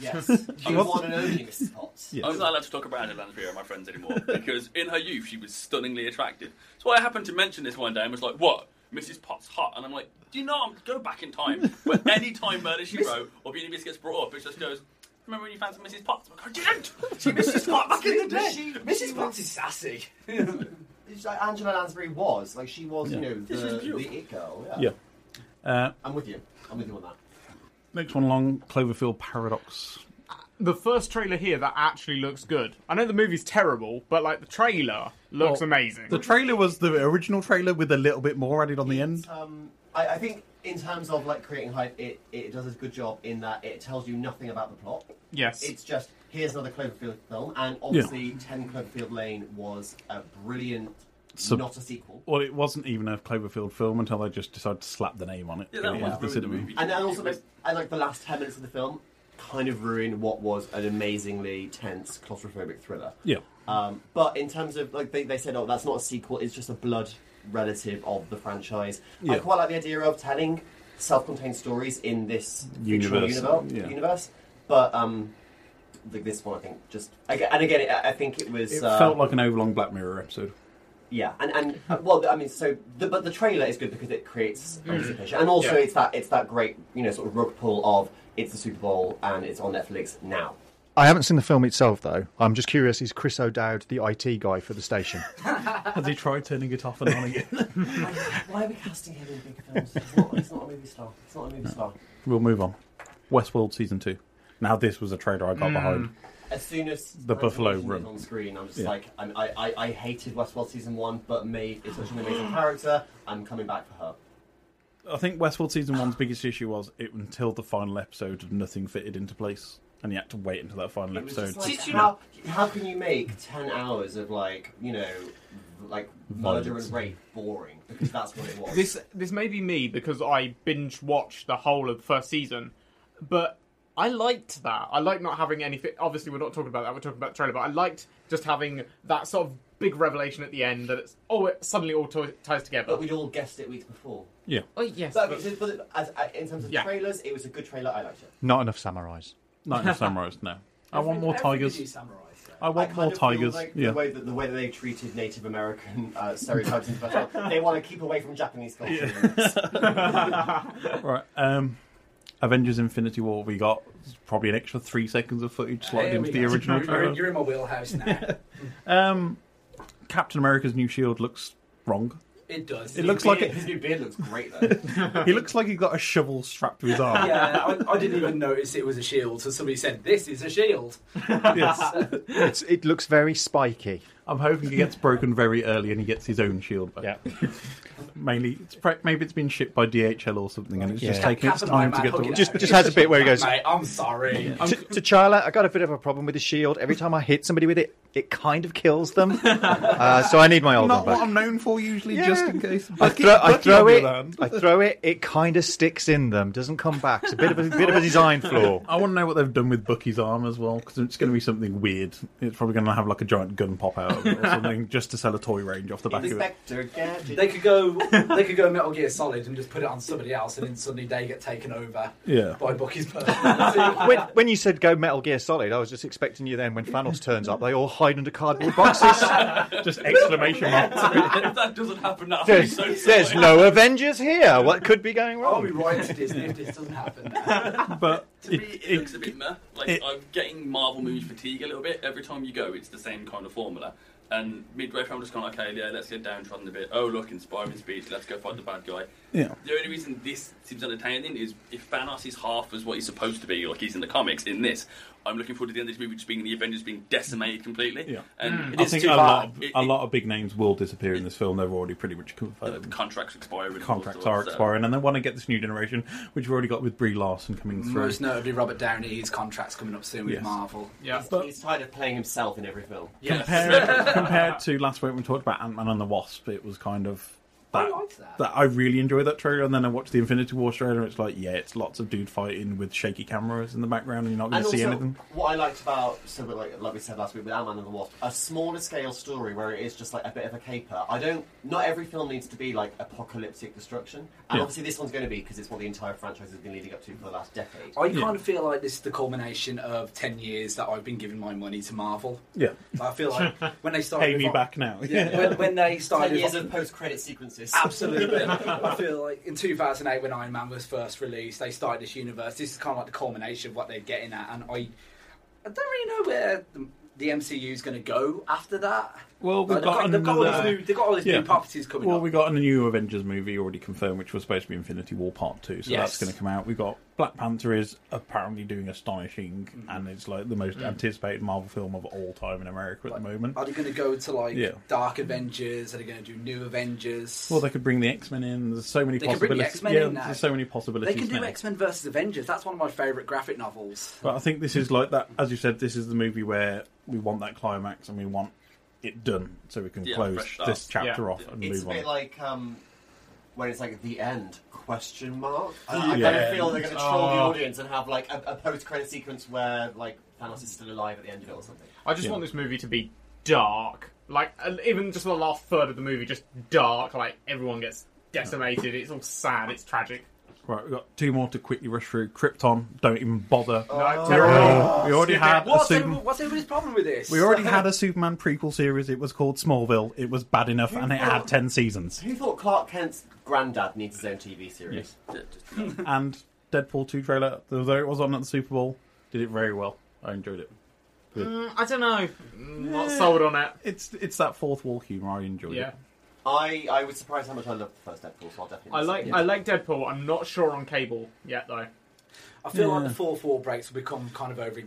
I: Yes. You want an only, Mrs. Potts.
A: Yes.
M: I'm not allowed to talk about Anna Lansbury or my friends anymore because in her youth she was stunningly attractive. So I happened to mention this one day and was like, "What? Mrs. Potts hot?" And I'm like, "Do you know? I'm go back in time. But any time Murder She Wrote or Beauty and the Beast gets brought up, it just goes." Remember when you fancied Mrs. Potts? I'm like, I didn't. She Mrs. Potts back in the day.
I: She-
H: Mrs. Potts is sassy.
I: It's like Angela Lansbury was. Like she was,
A: Yeah.
I: you know, the,
A: This is
I: the it girl. Yeah.
A: Yeah. Uh,
I: I'm with you. I'm with you on that.
A: next one along, Cloverfield Paradox.
T: The first trailer here that actually looks good. I know the movie's terrible, but like the trailer looks
A: Well,
T: amazing.
A: The trailer was the original trailer with a little bit more added on the end.
M: uh,
I: Um, I, I think in terms of like creating hype, it, it does a good job in that it tells you nothing about the plot.
T: Yes.
I: It's just here's another Cloverfield film, and obviously Ten Cloverfield Lane was a brilliant,
A: Sub-
I: not a sequel.
A: Well, it wasn't even a Cloverfield film until they just decided to slap the name on it.
I: Yeah, that
A: It
I: one
A: was the
I: ruined
A: cinema.
I: And then also, like, and like the last ten minutes of the film, kind of ruined what was an amazingly tense claustrophobic thriller.
A: Yeah.
I: Um, but in terms of like they, they said, oh, that's not a sequel; it's just a blood relative of the franchise.
A: Yeah.
I: I quite like the idea of telling self-contained stories in this fictional
A: Universe,
I: universe,
A: yeah.
I: universe. But um, like this one, I think just aga- and again, I I think it was
A: It
I: uh,
A: felt like an overlong Black Mirror episode.
I: yeah, and and uh, well, I mean, so the, but the trailer is good because it creates
A: Mm.
I: anticipation, and also
A: Yeah.
I: it's that it's that great you know sort of rug pull of it's the Super Bowl and it's on Netflix now.
Q: I haven't seen the film itself, though. I'm just curious is Chris O'Dowd the IT guy for the station?
A: Has he tried turning it off and on again?
I: Why are we casting him in big films? It's not- It's not a movie star. It's not a movie star.
A: we'll move on. Westworld season two. Now this was a trailer I got
I: Mm.
A: behind.
I: As soon as
A: the Buffalo
I: Room
A: Room
I: on screen, I'm just
A: Yeah.
I: like, I'm, I, I, I hated Westworld season one, but Maeve is such an amazing character. I'm coming back for her.
A: I think Westworld season one's biggest issue was it until the final episode, nothing fitted into place, and you had to wait until that final
I: It was
A: episode.
I: just like, how, how can you make ten hours of like, you know, like murder
L: Violence.
I: and rape boring? Because that's what it was.
L: This this may be me because I binge watched the whole of the first season, but I liked that. I liked not having anything. Obviously, we're not talking about that. We're talking about the trailer, but I liked just having that sort of big revelation at the end that it's oh, it suddenly all to- ties together.
I: But we'd all guessed it weeks before.
A: Yeah.
L: Oh yes.
I: But,
L: but-
I: but, but as, I- in terms of
L: Yeah.
I: trailers, it was a good trailer. I liked it.
Q: Not enough samurais.
A: Not enough samurais, no. I want more tigers. I want
I: kind
A: more
I: of feel
A: tigers.
I: Like
A: yeah.
I: the, way that, the way that they treated Native American uh, stereotypes in the first one, they want to keep away from Japanese culture.
A: right. Um, Avengers Infinity War, we got probably an extra three seconds of footage slotted
H: Here
A: into
H: we
A: the
H: go.
A: original
H: You're in,
A: trailer.
H: you're in my wheelhouse now.
A: Um, Captain America's new shield looks wrong.
H: It does.
A: It looks like it.
I: His new beard looks great though.
A: he looks like he got a shovel strapped to his arm.
H: yeah, I, I didn't even notice it was a shield. So somebody said, "This is a shield."
Q: It's, it looks very spiky.
A: I'm hoping he gets broken very early and he gets his own shield back. Yeah. Mainly, it's pre- maybe it's been shipped by DHL or something, and it's just
Q: Yeah.
A: taking its
Q: Captain
A: time
Q: Iron
A: to
Q: Man,
A: get
Q: hug
A: to.
Q: it Just- out. just has a bit where he goes-
H: Mate, I'm sorry.
Q: T- to Charla, I got a bit of a problem with the shield. Every time I hit somebody with it, it kind of kills them. uh, so I need my old one
A: Not what
Q: back.
A: I'm known for usually,
Q: Yeah.
A: just in case.
Q: I
A: Bucky-
Q: throw, I
A: Bucky
Q: throw
A: on the
Q: it.
A: other hand.
Q: I throw it. It kind of sticks in them. Doesn't come back. It's a bit of a bit of a design flaw.
A: I want to know what they've done with Bucky's arm as well, because it's going to be something weird. It's probably going to have like a giant gun pop out of it or something, just to sell a toy range off the back of it.
H: They could go. They could go Metal Gear Solid and just put it on somebody else, and then suddenly they get taken over.
Q: Yeah.
H: By Bucky's person.
Q: when, when you said go Metal Gear Solid, I was just expecting you then when Thanos turns up, they all hide under cardboard boxes.
A: just exclamation marks.
M: if that doesn't happen now,
Q: There's,
M: so
Q: there's no Avengers here. What could be going wrong?
H: I'll
I: Oh.
H: be right to Disney if this doesn't happen.
A: But
M: to me, it, looks a bit meh. Like
A: it-
M: I'm getting Marvel movie fatigue a little bit. Every time you go, it's the same kind of formula. And midway through, I'm just kind of okay, yeah, let's get downtrodden a bit. Oh, look, inspiring speech. Let's go fight the bad guy.
A: Yeah.
M: The only reason this seems entertaining is if Thanos is half as what he's supposed to be, like he's in the comics. In this, I'm looking forward to the end of this movie, just being the Avengers being decimated completely. Yeah. And it
A: Mm. I
M: is
A: think
M: too
A: a lot,
M: bad.
A: of,
M: It-
A: a lot of big names will disappear in this film. They've already pretty much confirmed.
M: the contracts expiring. and all
A: contracts
M: sorts,
A: are
M: so-
A: expiring, and they want to get this new generation, which we've already got with Brie Larson coming through.
H: Most notably, Robert Downey's contract's coming up soon with
A: Yes.
H: Marvel.
M: Yeah.
I: he's, he's tired of playing himself in every film.
A: compared, compared to last week when we talked about Ant Man and the Wasp, it was kind of that, that. I really enjoyed that trailer, and then I watched the Infinity War trailer. And it's like, yeah, it's lots of dude fighting with shaky cameras in the background, and you're not going
I: And
A: to see
I: also,
A: anything.
I: what I liked about, so we- like, like we said last week with Ant-Man and the Wasp, a smaller scale story where it is just like a bit of a caper. I don't, not every film needs to be like apocalyptic destruction. And
H: Yeah.
I: obviously this one's going to be because it's what the entire franchise has been leading up to for the last decade.
H: I kind of feel like this is the culmination of ten years that I've been giving my money to Marvel.
A: Yeah.
H: I feel like when they started
A: Pay me
H: revi-
A: back now.
H: Yeah, when, when they started
I: Ten years
H: revi-
I: of post-credit sequences.
H: Absolutely. I feel like in 2008, when Iron Man was first released, they started this universe. This is kind of like the culmination of what they're getting at, and I, I don't really know where the, the MCU is going to go after that.
A: Well,
H: Like,
A: we've got,
H: they've, got all these
A: another-
H: new, they've got all these
A: Yeah.
H: new properties coming
A: Well,
H: up.
A: we got a new Avengers movie already confirmed, which was supposed to be Infinity War Part Two, so
H: Yes.
A: that's going to come out. We got Black Panther is apparently doing astonishing, and it's like the most
H: Mhm.
A: anticipated Marvel film of all time in America at the moment.
H: Are they going to go to like
A: Yeah.
H: Dark Avengers? Are they going to do New Avengers?
A: Well, they could bring the X Men in. There's so many
H: They could bring the
A: possibilities.
H: X Men
A: yeah,
H: in now.
A: there's so many
H: They
A: possibilities.
H: can do
A: now.
H: X Men versus Avengers. That's one of my favourite graphic novels.
A: But I think this is like that. As you said, this is the movie where we want that climax and we want it done, so we can
I: Yeah,
A: close
I: fresh start.
A: this chapter
I: Yeah.
A: off and
I: it's
A: move
I: a
A: on.
I: bit like um, when it's like the end question mark. I, I
A: Yeah.
I: kind of feel they're going to troll the
L: Oh.
I: audience and have like a, a post-credit sequence where like Thanos is still alive at the end of it or something.
L: I just want this movie to be dark. Like, and even just the last third of the movie, just dark. Like, everyone gets decimated. It's all sad. It's tragic.
A: Right, we've got two more to quickly rush through. Krypton, don't even bother.
L: Oh.
A: we already, we already
L: Skip
A: had a
H: What's,
A: Superman.
H: every- what's everybody's problem with this?
A: We already had a Superman prequel series. It was called Smallville. It was bad enough, and it had ten seasons.
I: Who thought Clark Kent's granddad needs his own TV series?
A: and Deadpool two trailer, although it was on at the Super Bowl, did it very well. I enjoyed it.
H: Mm, I don't know. Mm, Not sold on it.
A: It's it's that fourth wall humor. I enjoy
H: Yeah.
A: it.
U: I, I was surprised how much I loved the first Deadpool, so I'll definitely.
H: I like
U: see it.
H: I like Deadpool. I'm not sure on Cable yet though.
V: I feel like
H: Yeah.
V: the fourth wall breaks will become kind of over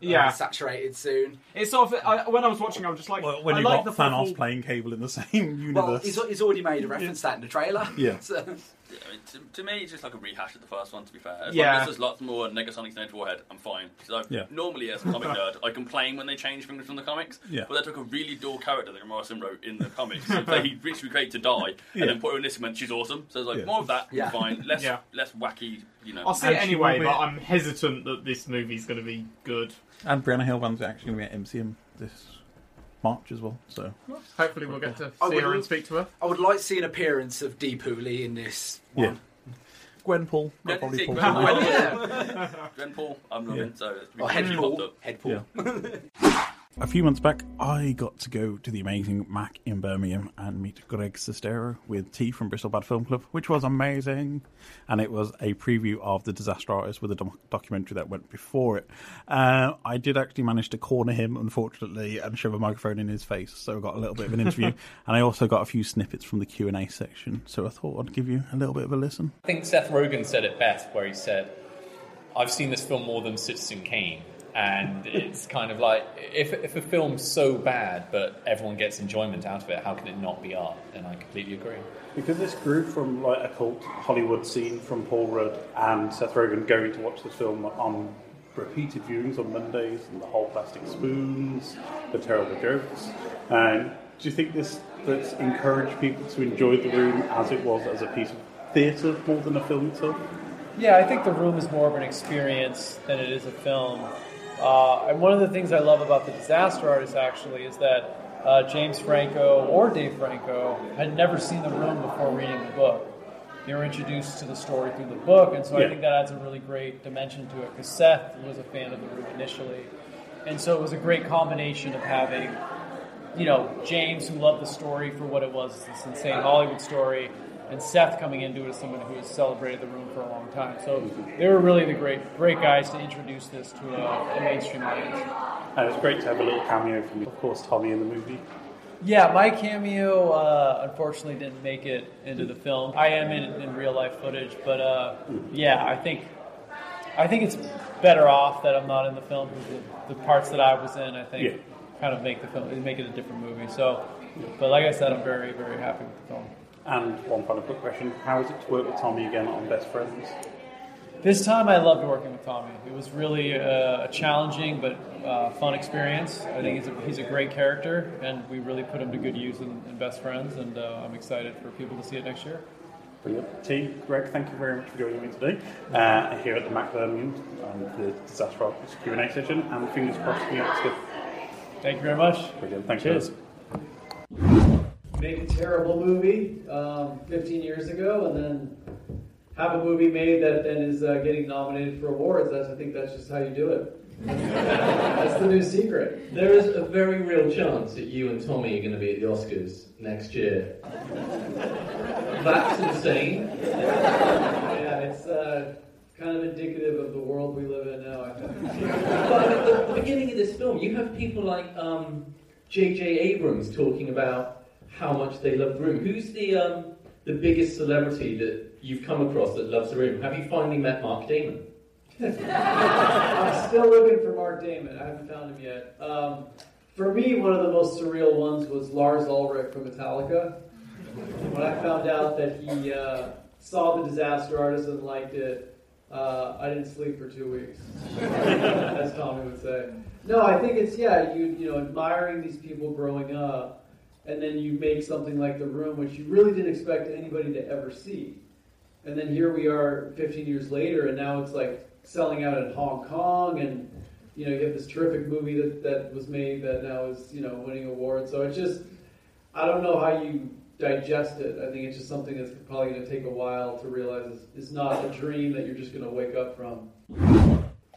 H: Yeah.
V: saturated soon.
H: It's sort of I, when I was watching, I was just like,
V: well,
A: When
H: I
A: you
H: like
A: got
H: the
A: Thanos
H: fourth wall-
A: playing Cable in the same universe,
V: he's, he's already made a reference to that in the trailer.
A: Yeah.
V: So-
M: Yeah, I mean, to, to me, it's just like a rehash of the first one. To be fair, as
A: Yeah.
M: long as there's lots more Negasonic Snowed Warhead, I'm fine. So
A: Yeah.
M: normally, as a comic nerd, I complain when they change things from the comics.
A: Yeah.
M: But they took a really dull character that Morrison wrote in the comics that he reached be great to die,
A: Yeah.
M: and then put her in this and went, she's awesome. So it's like
A: Yeah.
M: more of that,
A: Yeah.
M: fine. Less
H: Yeah.
M: less wacky, you know.
H: I'll see
A: And
H: it
A: she
H: anyway,
A: will be-
H: but I'm hesitant that this movie's going to be good.
A: and Brianna Hillman's actually going to be at MCM this March as well. So
H: Hopefully, we'll get to
V: I
H: see
V: would
H: her
V: l-
H: and speak to her.
V: I would like to see an appearance of Deepu Lee in this.
A: yeah, Gwenpool, not probably Paul.
M: Gwen Paul, I'm loving.
A: Yeah.
M: So it's
W: Oh,
V: Or head
M: really
V: pull,
M: popped up.
V: head pull.
A: A few months back, I got to go to the amazing Mac in Birmingham and meet Greg Sestero with T from Bristol Bad Film Club, which was amazing. And it was a preview of The Disaster Artist with a doc- documentary that went before it. Uh, I did actually manage to corner him, unfortunately, and shove a microphone in his face, so I got a little bit of an interview. and I also got a few snippets from the Q&A section, so I thought I'd give you a little bit of a listen.
W: I think Seth Rogen said it best, where he said, "I've seen this film more than Citizen Kane." And it's kind of like if, if a film's so bad, but everyone gets enjoyment out of it, how can it not be art? And I completely agree.
L: Because this grew from like a cult Hollywood scene from Paul Rudd and Seth Rogen going to watch the film on repeated viewings on Mondays and the whole plastic spoons, the terrible jokes. And do you think this that's encouraged people to enjoy the room as it was as a piece of theatre more than a film itself?
Q: Yeah, I think The Room is more of an experience than it is a film. Uh, and one of the things I love about The Disaster Artist actually is that uh, James Franco or Dave Franco had never seen The Room before reading the book. They were introduced to the story through the book, and so I
L: Yeah.
Q: think that adds a really great dimension to it because Seth was a fan of The Room initially. And so it was a great combination of having, you know, James who loved the story for what it was, this insane Hollywood story, and Seth coming into it as someone who has celebrated the room for a long time. So they were really the great, great guys to introduce this to a, a mainstream audience.
L: And Uh, it's great to have a little cameo from, of course, Tommy in the movie.
Q: Yeah, my cameo uh, unfortunately didn't make it into the film. I am in, in real life footage, but uh, yeah, I think I think it's better off that I'm not in the film because the, the parts that I was in, I think,
L: Yeah.
Q: kind of make the film make it a different movie. So, but like I said, I'm very very happy with the film.
L: And one final quick question How is it to work with Tommy again on Best Friends?
Q: This time I loved working with Tommy. It was really uh, a challenging but uh, fun experience. I think he's a, he's a great character, and we really put him to good use in, in Best Friends, and uh, I'm excited for people to see it next year.
L: Brilliant. T, Greg, thank you very much for joining me today uh, here at the Mac Birmingham um, for the Disaster Artist Q&A session, and fingers crossed we get
Q: Thank you very much.
L: Brilliant. Thanks,
Q: Cheers.
L: guys.
Q: Make a terrible movie um, 15 years ago, and then have a movie made that then is uh, getting nominated for awards. That's, I think that's just how you do it. that's the new secret.
X: There is a very real chance that you and Tommy are going to be at the Oscars next year. That's insane.
Q: yeah, it's uh, kind of indicative of the world we live in now. I think.
X: At the beginning of this film, you have people like um, J.J. Abrams talking about how much they love The Room. Who's the um, the biggest celebrity that you've come across that loves The Room? Have you finally met Mark Damon?
Q: I'm still looking for Mark Damon. I haven't found him yet. Um, for me, one of the most surreal ones was Lars Ulrich from Metallica. When I found out that he uh, saw the disaster artist and liked it, uh, I didn't sleep for two weeks, as Tommy would say. No, I think it's yeah, you you know, admiring these people growing up, and then you make something like The Room, which you really didn't expect anybody to ever see. And then here we are 15 years later, and now it's like selling out in Hong Kong, and you know you have this terrific movie that, that was made that now is you know winning awards. So it's just I don't know how you digest it. I think it's just something that's probably going to take a while to realize it's, it's not a dream that you're just going to wake up from.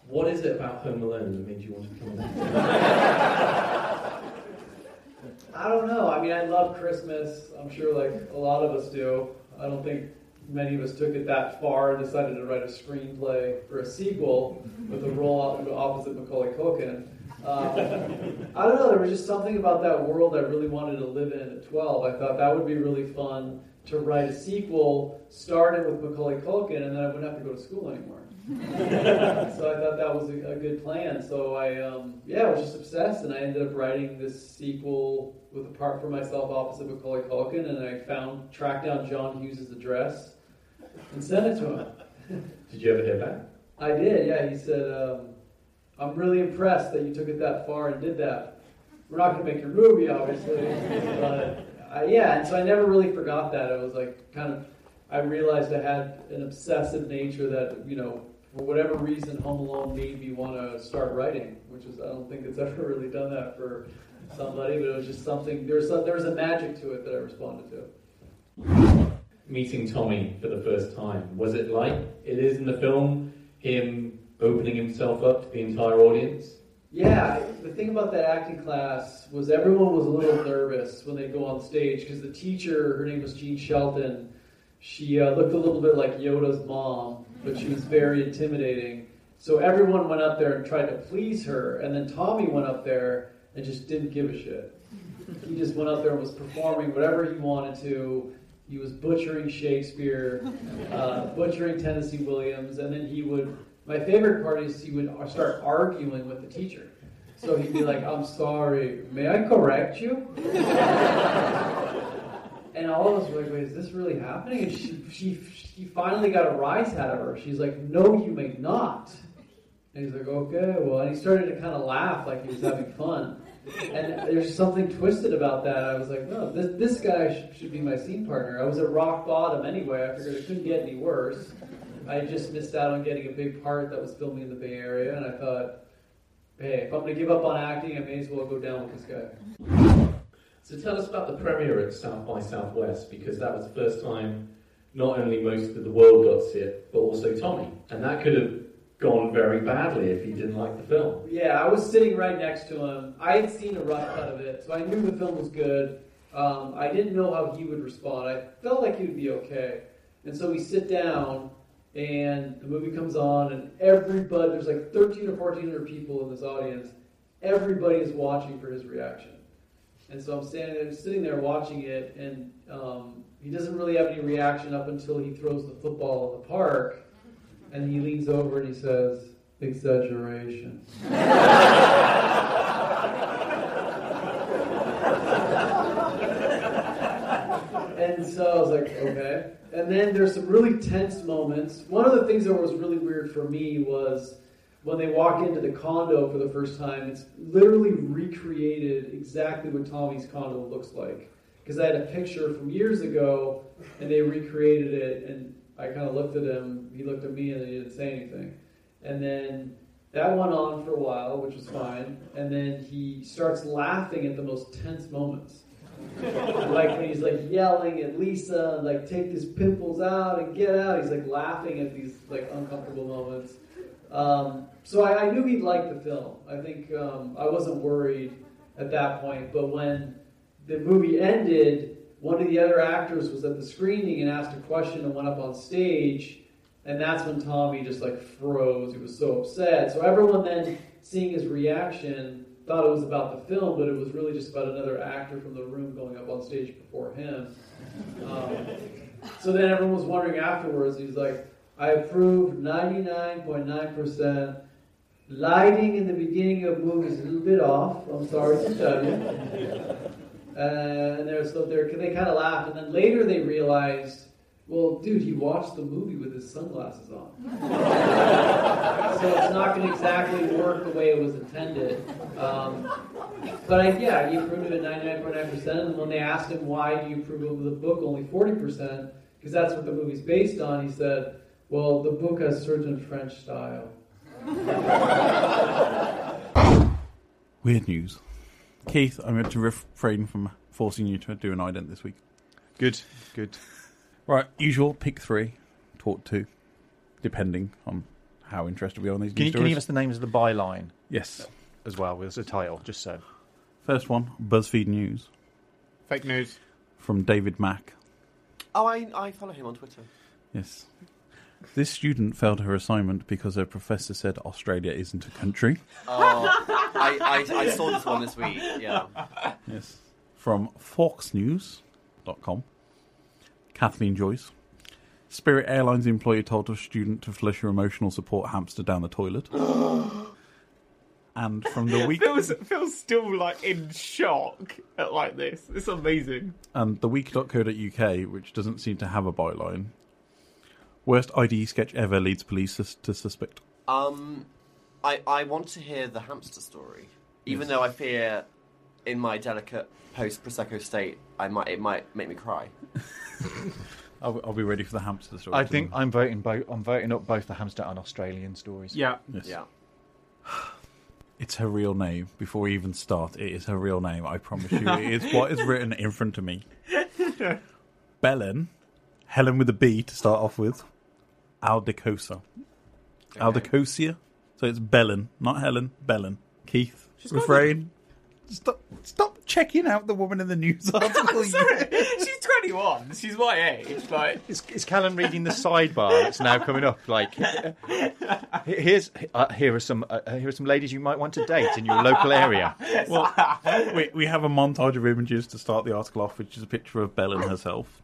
X: What is it about Home Alone that made you want to come on?
Q: I don't know. I mean, I love Christmas. I'm sure like a lot of us do. I don't think many of us took it that far and decided to write a screenplay or a sequel with a role opposite Macaulay Culkin. Um, I don't know. There was just something about that world I really wanted to live in at 12. I thought that would be really fun to write a sequel, start it with Macaulay Culkin, and then I wouldn't have to go to school anymore. so I thought that was a, a good plan. So I, um, yeah, I was just obsessed, and I ended up writing this sequel with a part for myself opposite Macaulay Culkin, and I found tracked down John Hughes' address and sent it to him.
X: Did you ever hear back?
Q: I did, yeah. He said, um, I'm really impressed that you took it that far and did that. We're not going to make your movie, obviously. but I, yeah, and so I never really forgot that. I was like, kind of, I realized I had an obsessive nature that, you know, for whatever reason, Home Alone made me want to start writing, which is, I don't think it's ever really done that for somebody, but it was just something, there was, some, there was a magic to it that I responded to.
X: Meeting Tommy for the first time, was it like it is in the film? Him opening himself up to the entire audience?
Q: Yeah, the thing about that acting class was everyone was a little nervous when they go on stage because the teacher, her name was Jean Shelton, she uh, looked a little bit like Yoda's mom, but she was very intimidating. So everyone went up there and tried to please her, and then Tommy went up there and just didn't give a shit. He just went up there and was performing whatever he wanted to. He was butchering Shakespeare, uh, butchering Tennessee Williams, and then he would my favorite part is he would start arguing with the teacher. So he'd be like, I'm sorry, may I correct you? and all of us were like, wait, is this really happening? And she, she, she finally got a rise out of her. She's like, no, you may not. And he's like, okay, well, and he started to kind of laugh like he was having fun. And there's something twisted about that. I was like, no, this, this guy should, should be my scene partner. I was at rock bottom anyway. I figured it couldn't get any worse. I just missed out on getting a big part that was filming in the Bay Area, and I thought, hey, if I'm going to give up on acting, I may as well go down with this guy.
X: So tell us about the premiere at South by Southwest because that was the first time not only most of the world got to see it, but also Tommy. And that could have gone very badly if he didn't like the film.
Q: Yeah, I was sitting right next to him. I had seen a rough cut of it, so I knew the film was good. Um, I didn't know how he would respond. I felt like he would be okay. And so we sit down, and the movie comes on, and everybody, there's like 13 or 1400 people in this audience, everybody is watching for his reaction. And so I'm standing there, sitting there watching it, and um, he doesn't really have any reaction up until he throws the football in the park, and he leans over and he says, exaggeration. and so I was like, okay. And then there's some really tense moments. One of the things that was really weird for me was when they walk into the condo for the first time, it's literally recreated exactly what Tommy's condo looks like. Because I had a picture from years ago and they recreated it, and I kind of looked at him, he looked at me, and he didn't say anything. And then that went on for a while, which was fine. And then he starts laughing at the most tense moments like when he's like yelling at Lisa, and, like take these pimples out and get out. He's like laughing at these like uncomfortable moments. Um, so I, I knew he'd like the film. I think um, I wasn't worried at that point. But when the movie ended, one of the other actors was at the screening and asked a question and went up on stage, and that's when Tommy just like froze. He was so upset. So everyone then seeing his reaction thought it was about the film, but it was really just about another actor from the room going up on stage before him. Um, so then everyone was wondering afterwards. He's like, I approve 99.9%. Lighting in the beginning of movies is a little bit off. I'm sorry to tell you. Uh, and they're, so they're, they kind of laughed. And then later they realized, well, dude, he watched the movie with his sunglasses on. so it's not going to exactly work the way it was intended. Um, but I, yeah, he approved of it at 99.9%. And when they asked him why do you approve of the book only 40%, because that's what the movie's based on, he said, well, the book has certain French style.
A: Weird news. Keith, I'm going to refrain from forcing you to do an ident this week.
J: Good, good.
A: Right, usual pick three, talk two, depending on how interested we are in these.
J: Can
A: news
J: you, can you
A: stories.
J: give us the names of the byline?
A: Yes.
J: As well, with the title, just so.
A: First one, BuzzFeed News
H: Fake news.
A: from David Mack.
I: Oh, I, I follow him on Twitter.
A: Yes. This student failed her assignment because her professor said Australia isn't a country.
I: Oh, I, I, I saw this one this week. Yeah.
A: Yes. From FoxNews.com, Kathleen Joyce. Spirit Airlines employee told a student to flush her emotional support hamster down the toilet. and from the week
H: Phil's, Phil's still like in shock at like this. It's amazing.
A: and the week.co.uk, which doesn't seem to have a byline. Worst ID sketch ever leads police sus- to suspect.
U: Um,
I: I, I want to hear the hamster story,
U: Yes.
I: even though I fear, in my delicate post prosecco state, I might it might make me cry.
A: I'll, I'll be ready for the hamster story.
J: I think I'm voting. Bo- I'm voting up both the hamster and Australian stories.
A: Yes. It's her real name. Before we even start, it is her real name. I promise you. It is what is written in front of me. Belen, Helen with a B to start off with, Aldecosa. Aldecosia. So it's Belen, not Helen, Belen. Keith, refrain. Stop, stop checking out the woman in the news article.
H: She's 21. She's my age. Like,
J: Is, is Callum reading the sidebar that's now coming up? Like, here's uh, here are some uh, here are some ladies you might want to date in your local area.
A: well, we, we have a montage of images to start the article off, which is a picture of Belen herself,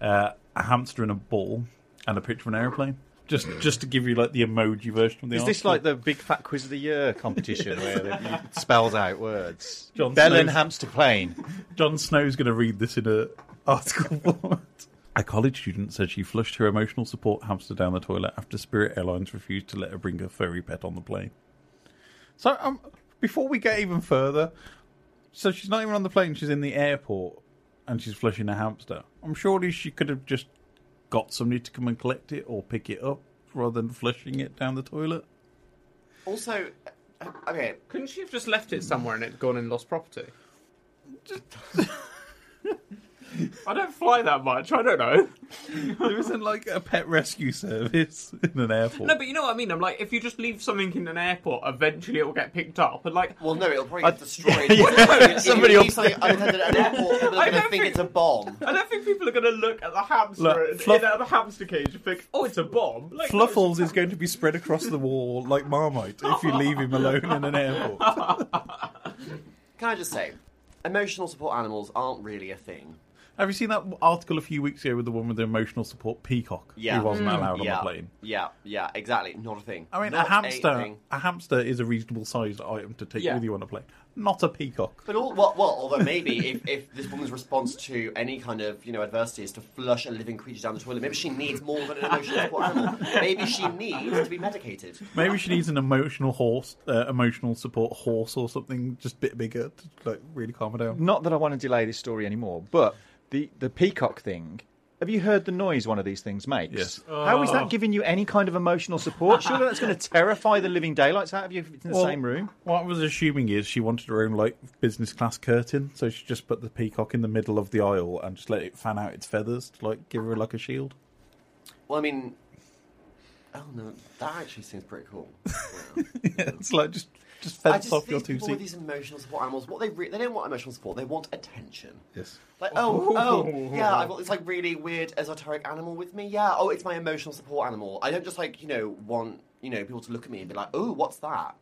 A: uh, a hamster and a ball, and a picture of an aeroplane. Just just to give you like the emoji version of the
J: Is this
A: article.
J: like the big fat quiz of the year competition where it spells out words?
A: John
J: Belen
A: Snow's-
J: hamster plane.
A: John Snow's going to read this in a article format. A college student said she flushed her emotional support hamster down the toilet after Spirit Airlines refused to let her bring her furry pet on the plane. So, um, before we get even further, so she's not even on the plane; she's in the airport, and she's flushing a hamster. I'm surely she could have just got somebody to come and collect it or pick it up rather than flushing it down the toilet.
I: Also, uh, okay,
H: couldn't she have just left it somewhere and it gone and lost property? I don't fly that much. I don't know.
A: there isn't like a pet rescue service in an airport.
H: No, but you know what I mean. I'm like, if you just leave something in an airport, eventually it will get picked up. And like,
I: well, no, it'll probably
H: get
I: destroyed.
H: Somebody
I: will
H: will-
I: something unattended at an airport. People are
H: I
I: going to
H: don't
I: think it's a bomb.
H: I don't think people are going to look at the hamster
A: Look,
H: and
A: Fluff-
H: in out of the hamster cage and think, "Oh, it's a bomb." Like,
A: Fluffles is going to be spread across the wall like Marmite if you leave him alone in an airport.
I: Can I just say, emotional support animals aren't really a thing.
A: Have you seen that article a few weeks ago with the one with the emotional support peacock
I: Yeah,
A: who wasn't
I: Mm.
A: allowed
I: yeah.
A: on the plane?
I: Yeah, yeah, exactly. Not a thing.
A: I mean,
I: Not
A: a hamster,
I: thing.
A: a, hamster is a reasonable sized item to take
I: Yeah.
A: with you on a plane, not a peacock.
I: But all, well, well, although maybe if, if this woman's response to any kind of you know adversity is to flush a living creature down the toilet, maybe she needs more than an emotional support animal. Maybe she needs to be medicated.
A: Maybe she needs an emotional horse, uh, emotional support horse or something, just a bit bigger to like really calm her down.
J: Not that I want to delay this story anymore, but the the peacock thing. Have you heard the noise one of these things makes?
A: Yes.
J: How is
A: Oh.
J: that giving you any kind of emotional support? Surely that's going to terrify the living daylights out of you if it's in the
A: Well,
J: same room.
A: What I was assuming is she wanted her own like business class curtain, so she just put the peacock in the middle of the aisle and just let it fan out its feathers to like give her like a shield.
I: Well, I mean, oh no, that actually seems pretty cool.
A: yeah, it's like just just
I: I
A: fence
I: just
A: off
I: think
A: your two
I: people with
A: seats.
I: these emotional support animals, what they re- they don't want emotional support, they want attention.
A: Yes.
I: Like, oh,
A: Ooh.
I: oh, yeah, I've got this like really weird esoteric animal with me. Yeah, oh, it's my emotional support animal. I don't just like you know want you know people to look at me and be like, oh, what's that?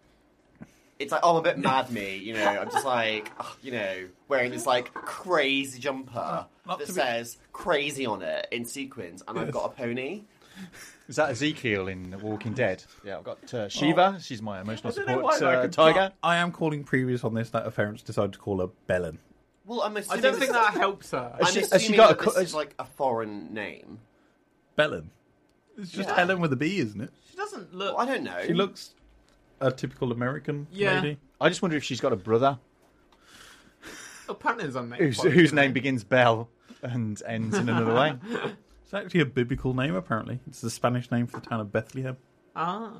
I: It's like, oh, I'm a bit mad me, you know. I'm just like, ugh, you know, wearing this like crazy jumper that says crazy on it in sequins, and I've
J: Yes.
I: got a pony.
J: Is that Ezekiel in The Walking Dead? Yeah, I've got uh, Shiva. She's my emotional
I: don't know
J: support
I: why, like,
J: uh,
I: I'm
J: tiger.
A: I am calling previous on this that her parents decided to call her Belen.
I: Well, I'm assuming
H: don't
I: this-
H: think that uh, helps her.
I: I'm
J: Has she- has she
I: assuming
J: got a
I: that
J: co-
I: this is like a foreign name.
A: Belen. It's just
I: Yeah.
A: Helen with a B, isn't it?
H: She doesn't look.
I: I don't know.
A: She looks a typical American
H: Yeah.
A: lady.
J: I just wonder if she's got a brother
H: Oh, Patton's on there.
J: whose, whose name begins Bell and ends in another way.
A: It's actually a biblical name, apparently. It's the Spanish name for the town of Bethlehem.
H: Ah.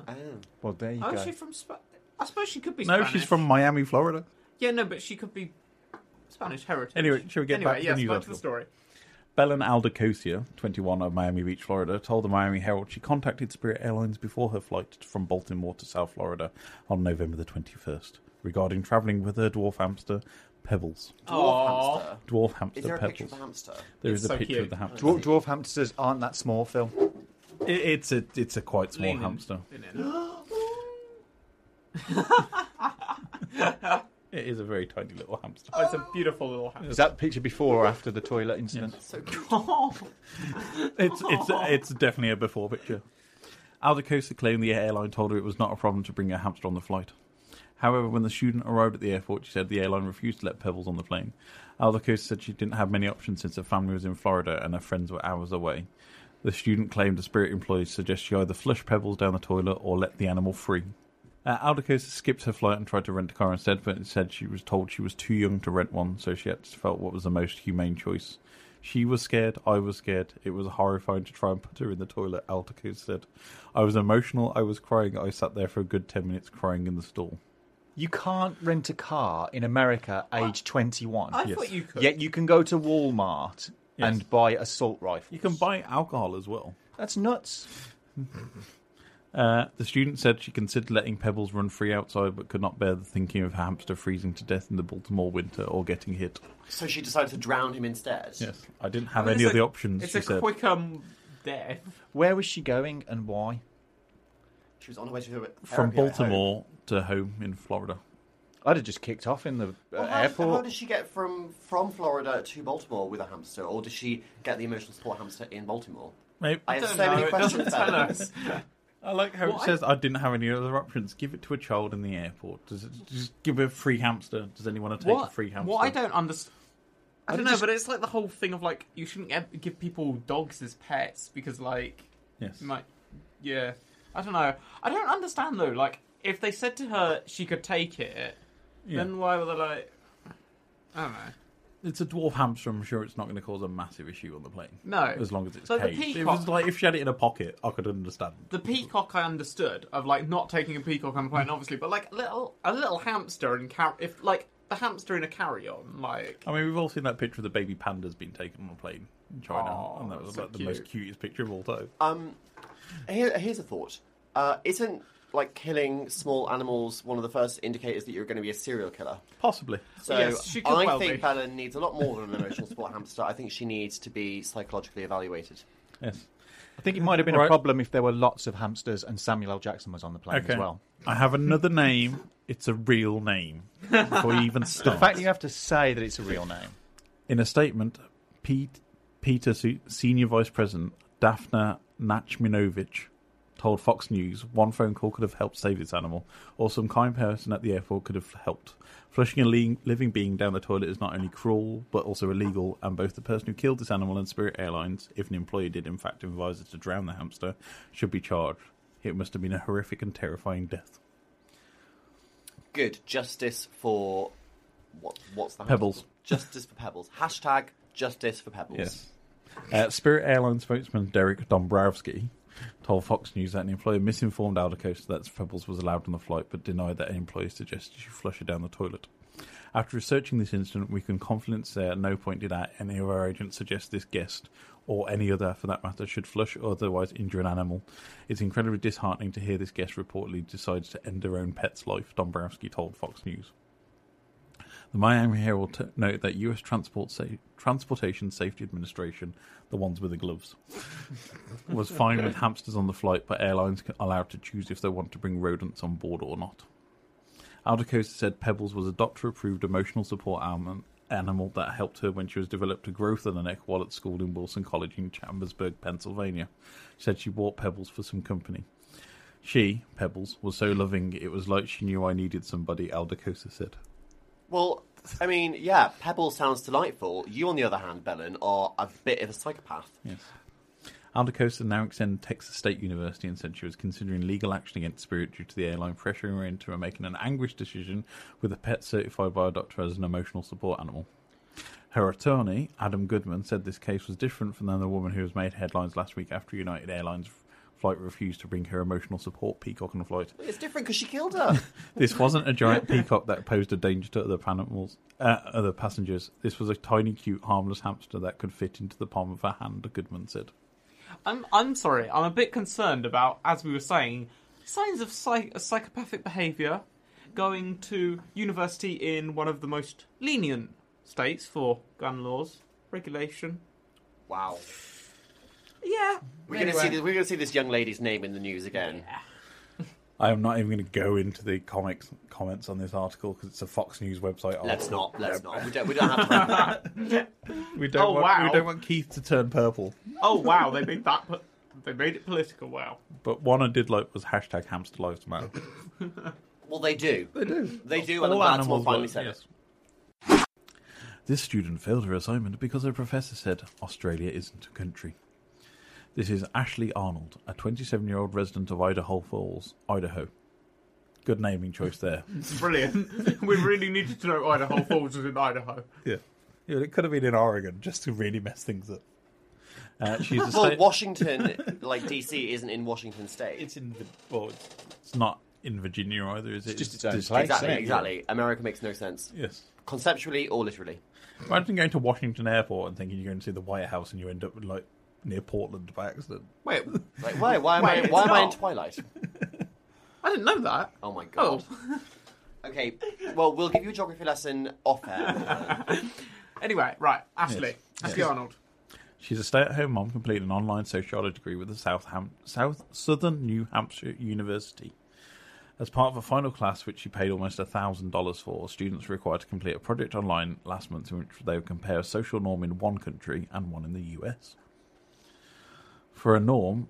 J: Well, there you
H: Oh,
J: go.
H: she's from. Sp- I suppose she could be.
A: No,
H: Spanish.
A: she's from Miami, Florida.
H: Yeah, no, but she could be Spanish heritage.
A: Anyway, shall we get
H: Anyway,
A: back to
H: yes,
A: the news
H: back
A: article?
H: to the story.
A: Belen Aldecosia, 21, of Miami Beach, Florida, told the Miami Herald she contacted Spirit Airlines before her flight from Baltimore to South Florida on November the 21st regarding traveling with her dwarf hamster, Pebbles.
I: Dwarf hamster.
A: Dwarf hamster
I: Is there a
A: Pebbles.
I: picture of a hamster?
A: There
I: It's
A: is a
I: so
A: picture
I: cute.
A: of the hamster.
J: Dwarf, dwarf hamsters aren't that small, Phil.
A: It, it's a it's a quite small
H: Lean in.
A: hamster.
H: Lean in.
A: It is a very tiny little hamster.
H: Oh, it's a beautiful little hamster.
J: Is that picture before or after the toilet incident?
A: It's it's it's definitely a before picture. Aldacosta claimed the airline told her it was not a problem to bring a hamster on the flight. However, when the student arrived at the airport, she said the airline refused to let Pebbles on the plane. Aldacosta said she didn't have many options since her family was in Florida and her friends were hours away. The student claimed the spirit employees suggest she either flush Pebbles down the toilet or let the animal free. Uh, Aldacosta skipped her flight and tried to rent a car instead, but instead she was told she was too young to rent one, so she had to felt what was the most humane choice. She was scared, I was scared. It was horrifying to try and put her in the toilet, Aldacosta said. I was emotional, I was crying, I sat there for a good 10 minutes crying in the stall.
J: You can't rent a car in America age 21.
A: I thought Yes. you could.
J: Yet you can go to Walmart and buy assault rifles. You
A: can buy alcohol as well.
J: That's nuts.
A: Uh, the student said she considered letting Pebbles run free outside, but could not bear the thinking of her hamster freezing to death in the Baltimore winter or getting hit.
U: So she decided to drown him instead.
A: Yes, I didn't have
U: I mean,
A: any
U: it's
A: of the
U: a-
A: options.
U: it's
A: she
U: a
A: said.
U: quick-
H: Come there.
J: Where was she going and why?
U: She was on her way to her therapy
A: From
U: at home.
A: Baltimore to home in Florida.
J: I'd have just kicked off in the uh,
U: Well, how, how did she get from from Florida to Baltimore with a hamster, or did she get the emotional support hamster in Baltimore?
A: Maybe-
U: I have
A: Don't
U: so
A: know,
U: many
A: it
U: questions.
A: doesn't tell
U: about
A: us.
U: this.
A: I like how it says I didn't have any other options. Give it to a child in the airport. Does it just give a free hamster? Does anyone take a
H: What,
A: free hamster?
H: what I don't understand. I
A: I
H: don't
A: did
H: know,
A: just-
H: but it's like the whole thing of like you shouldn't get- give people dogs as pets because like
A: Yes.
H: you might yeah I don't know I don't understand though like if they said to her she could take it
A: Yeah.
H: then why were they like I don't know
A: It's a dwarf hamster. I'm sure it's not going to cause a massive issue on the plane.
H: No.
A: as long as it's
H: So the
A: caged. It
H: peacock-
A: was like if she had it in a pocket, I could understand.
H: the peacock I understood of like not taking a peacock on a plane obviously but like a little a little hamster in car if like the hamster in a carry on like
A: I mean, we've all seen that picture of the baby pandas being taken on a plane in China,
H: Aw,
A: and that
H: that's
A: was
H: so
A: like the
H: cute. Uh,
A: most cutest picture of all time.
U: Um, here, here's a thought. Uh, isn't like killing small animals one of the first indicators that you're going to be a serial killer?
A: Possibly.
U: So
A: Yes, she could
U: I
A: well
U: think
A: be.
U: Bella needs a lot more than an emotional support hamster. I think she needs to be psychologically evaluated.
A: Yes.
J: I think it might have been
A: Right.
J: a problem if there were lots of hamsters and Samuel L. Jackson was on the plane as well.
A: I have another name. It's a real name. Before you even start.
J: The fact that you have to say that it's a real name.
A: In a statement, Pete, Peter, Se- Senior Vice President Daphna Nachminovich, told Fox News one phone call could have helped save this animal, or some kind person at the airport could have helped. Flushing a le- living being down the toilet is not only cruel, but also illegal, and both the person who killed this animal and Spirit Airlines, if an employee did in fact advise her to drown the hamster, should be charged. It must have been a horrific and terrifying death.
U: Good justice for what? What's the
A: Pebbles.
U: Justice for pebbles. Hashtag justice for pebbles.
A: Yes. Uh, Spirit Airlines spokesman Derek Dombrowski told Fox News that an employer misinformed Aldacosta that Pebbles was allowed on the flight, but denied that an employee suggested she flush her down the toilet. After researching this incident, we can confidently say at no point did any of our agents suggest this guest, or any other for that matter, should flush or otherwise injure an animal. It's incredibly disheartening to hear this guest reportedly decides to end her own pet's life, Dombrowski told Fox News. The Miami Herald t- note that U.S. Transport Sa- Transportation Safety Administration, the ones with the gloves, was fine with hamsters on the flight, but airlines are allowed to choose if they want to bring rodents on board or not. Aldacosta said Pebbles was a doctor approved emotional support alm- animal that helped her when she was developed a growth in the neck while at school in Wilson College in Chambersburg, Pennsylvania. She said she bought Pebbles for some company. She, Pebbles, was so loving it was like she knew I needed somebody, Aldacosta said.
U: Well, I mean, yeah, Pebbles sounds delightful. You, on the other hand, Belen, are a bit of a psychopath.
A: Yes. Aldacosta now extended Texas State University and said she was considering legal action against Spirit due to the airline pressuring her into making an anguished decision with a pet certified by a doctor as an emotional support animal. Her attorney, Adam Goodman, said this case was different from the woman who was made headlines last week after United Airlines flight refused to bring her emotional support peacock on a flight.
U: It's different because she killed her.
A: This wasn't a giant peacock that posed a danger to other animals, uh, other passengers. This was a tiny, cute, harmless hamster that could fit into the palm of her hand, Goodman said.
H: I'm I'm sorry. I'm a bit concerned about, as we were saying, signs of psych- psychopathic behaviour. Going to university in one of the most lenient states for gun laws regulation.
U: Wow.
H: Yeah.
I: We're going to see
H: Anyway.
I: this, we're going to see this young lady's name in the news again.
A: I am not even going to go into the comics comments on this article because it's a Fox News website. Article.
I: Let's not. Let's not. We don't. We don't have time for that.
A: We don't
H: Oh,
A: want,
H: wow.
A: We don't want Keith to turn purple.
H: Oh wow, they made that. po- They made it political. Wow.
A: But one I did like was hashtag Hamster Lives Matter.
I: Well, they do. They do. They do, and
A: All
I: I'm glad someone
A: animals
I: finally
A: work,
I: said
A: yes. This student failed her assignment because her professor said Australia isn't a country. This is Ashley Arnold, a 27 year old resident of Idaho Falls, Idaho. Good naming choice there.
H: Brilliant. we really needed to know Idaho Falls was in Idaho.
A: yeah. yeah. It could have been in Oregon just to really mess things up. Uh, she's a
I: it. Well,
A: state-
I: Washington, like DC, isn't in Washington State. It's
A: in the. Well, it's, it's not in Virginia either, is it?
I: Exactly. Exactly. America makes no sense.
A: Yes.
I: Conceptually or literally.
A: Imagine going to Washington Airport and thinking you're going to see the White House and you end up like near Portland by accident.
H: Wait,
I: Like, why? Why am I?
H: Wait,
I: Why
H: it's
I: am I in
H: not.
I: Twilight?
H: I didn't know that.
I: Oh my god. Okay. Well, we'll give you a geography lesson off air.
H: Anyway, right, Ashley,
A: Yes.
H: Ashley
A: Yes.
H: Arnold.
A: She's a stay-at-home mom completing an online sociology degree with the South Ham- South Southern New Hampshire University. As part of a final class, which she paid almost thousand dollars for, students were required to complete a project online last month in which they would compare a social norm in one country and one in the U.S. For a norm,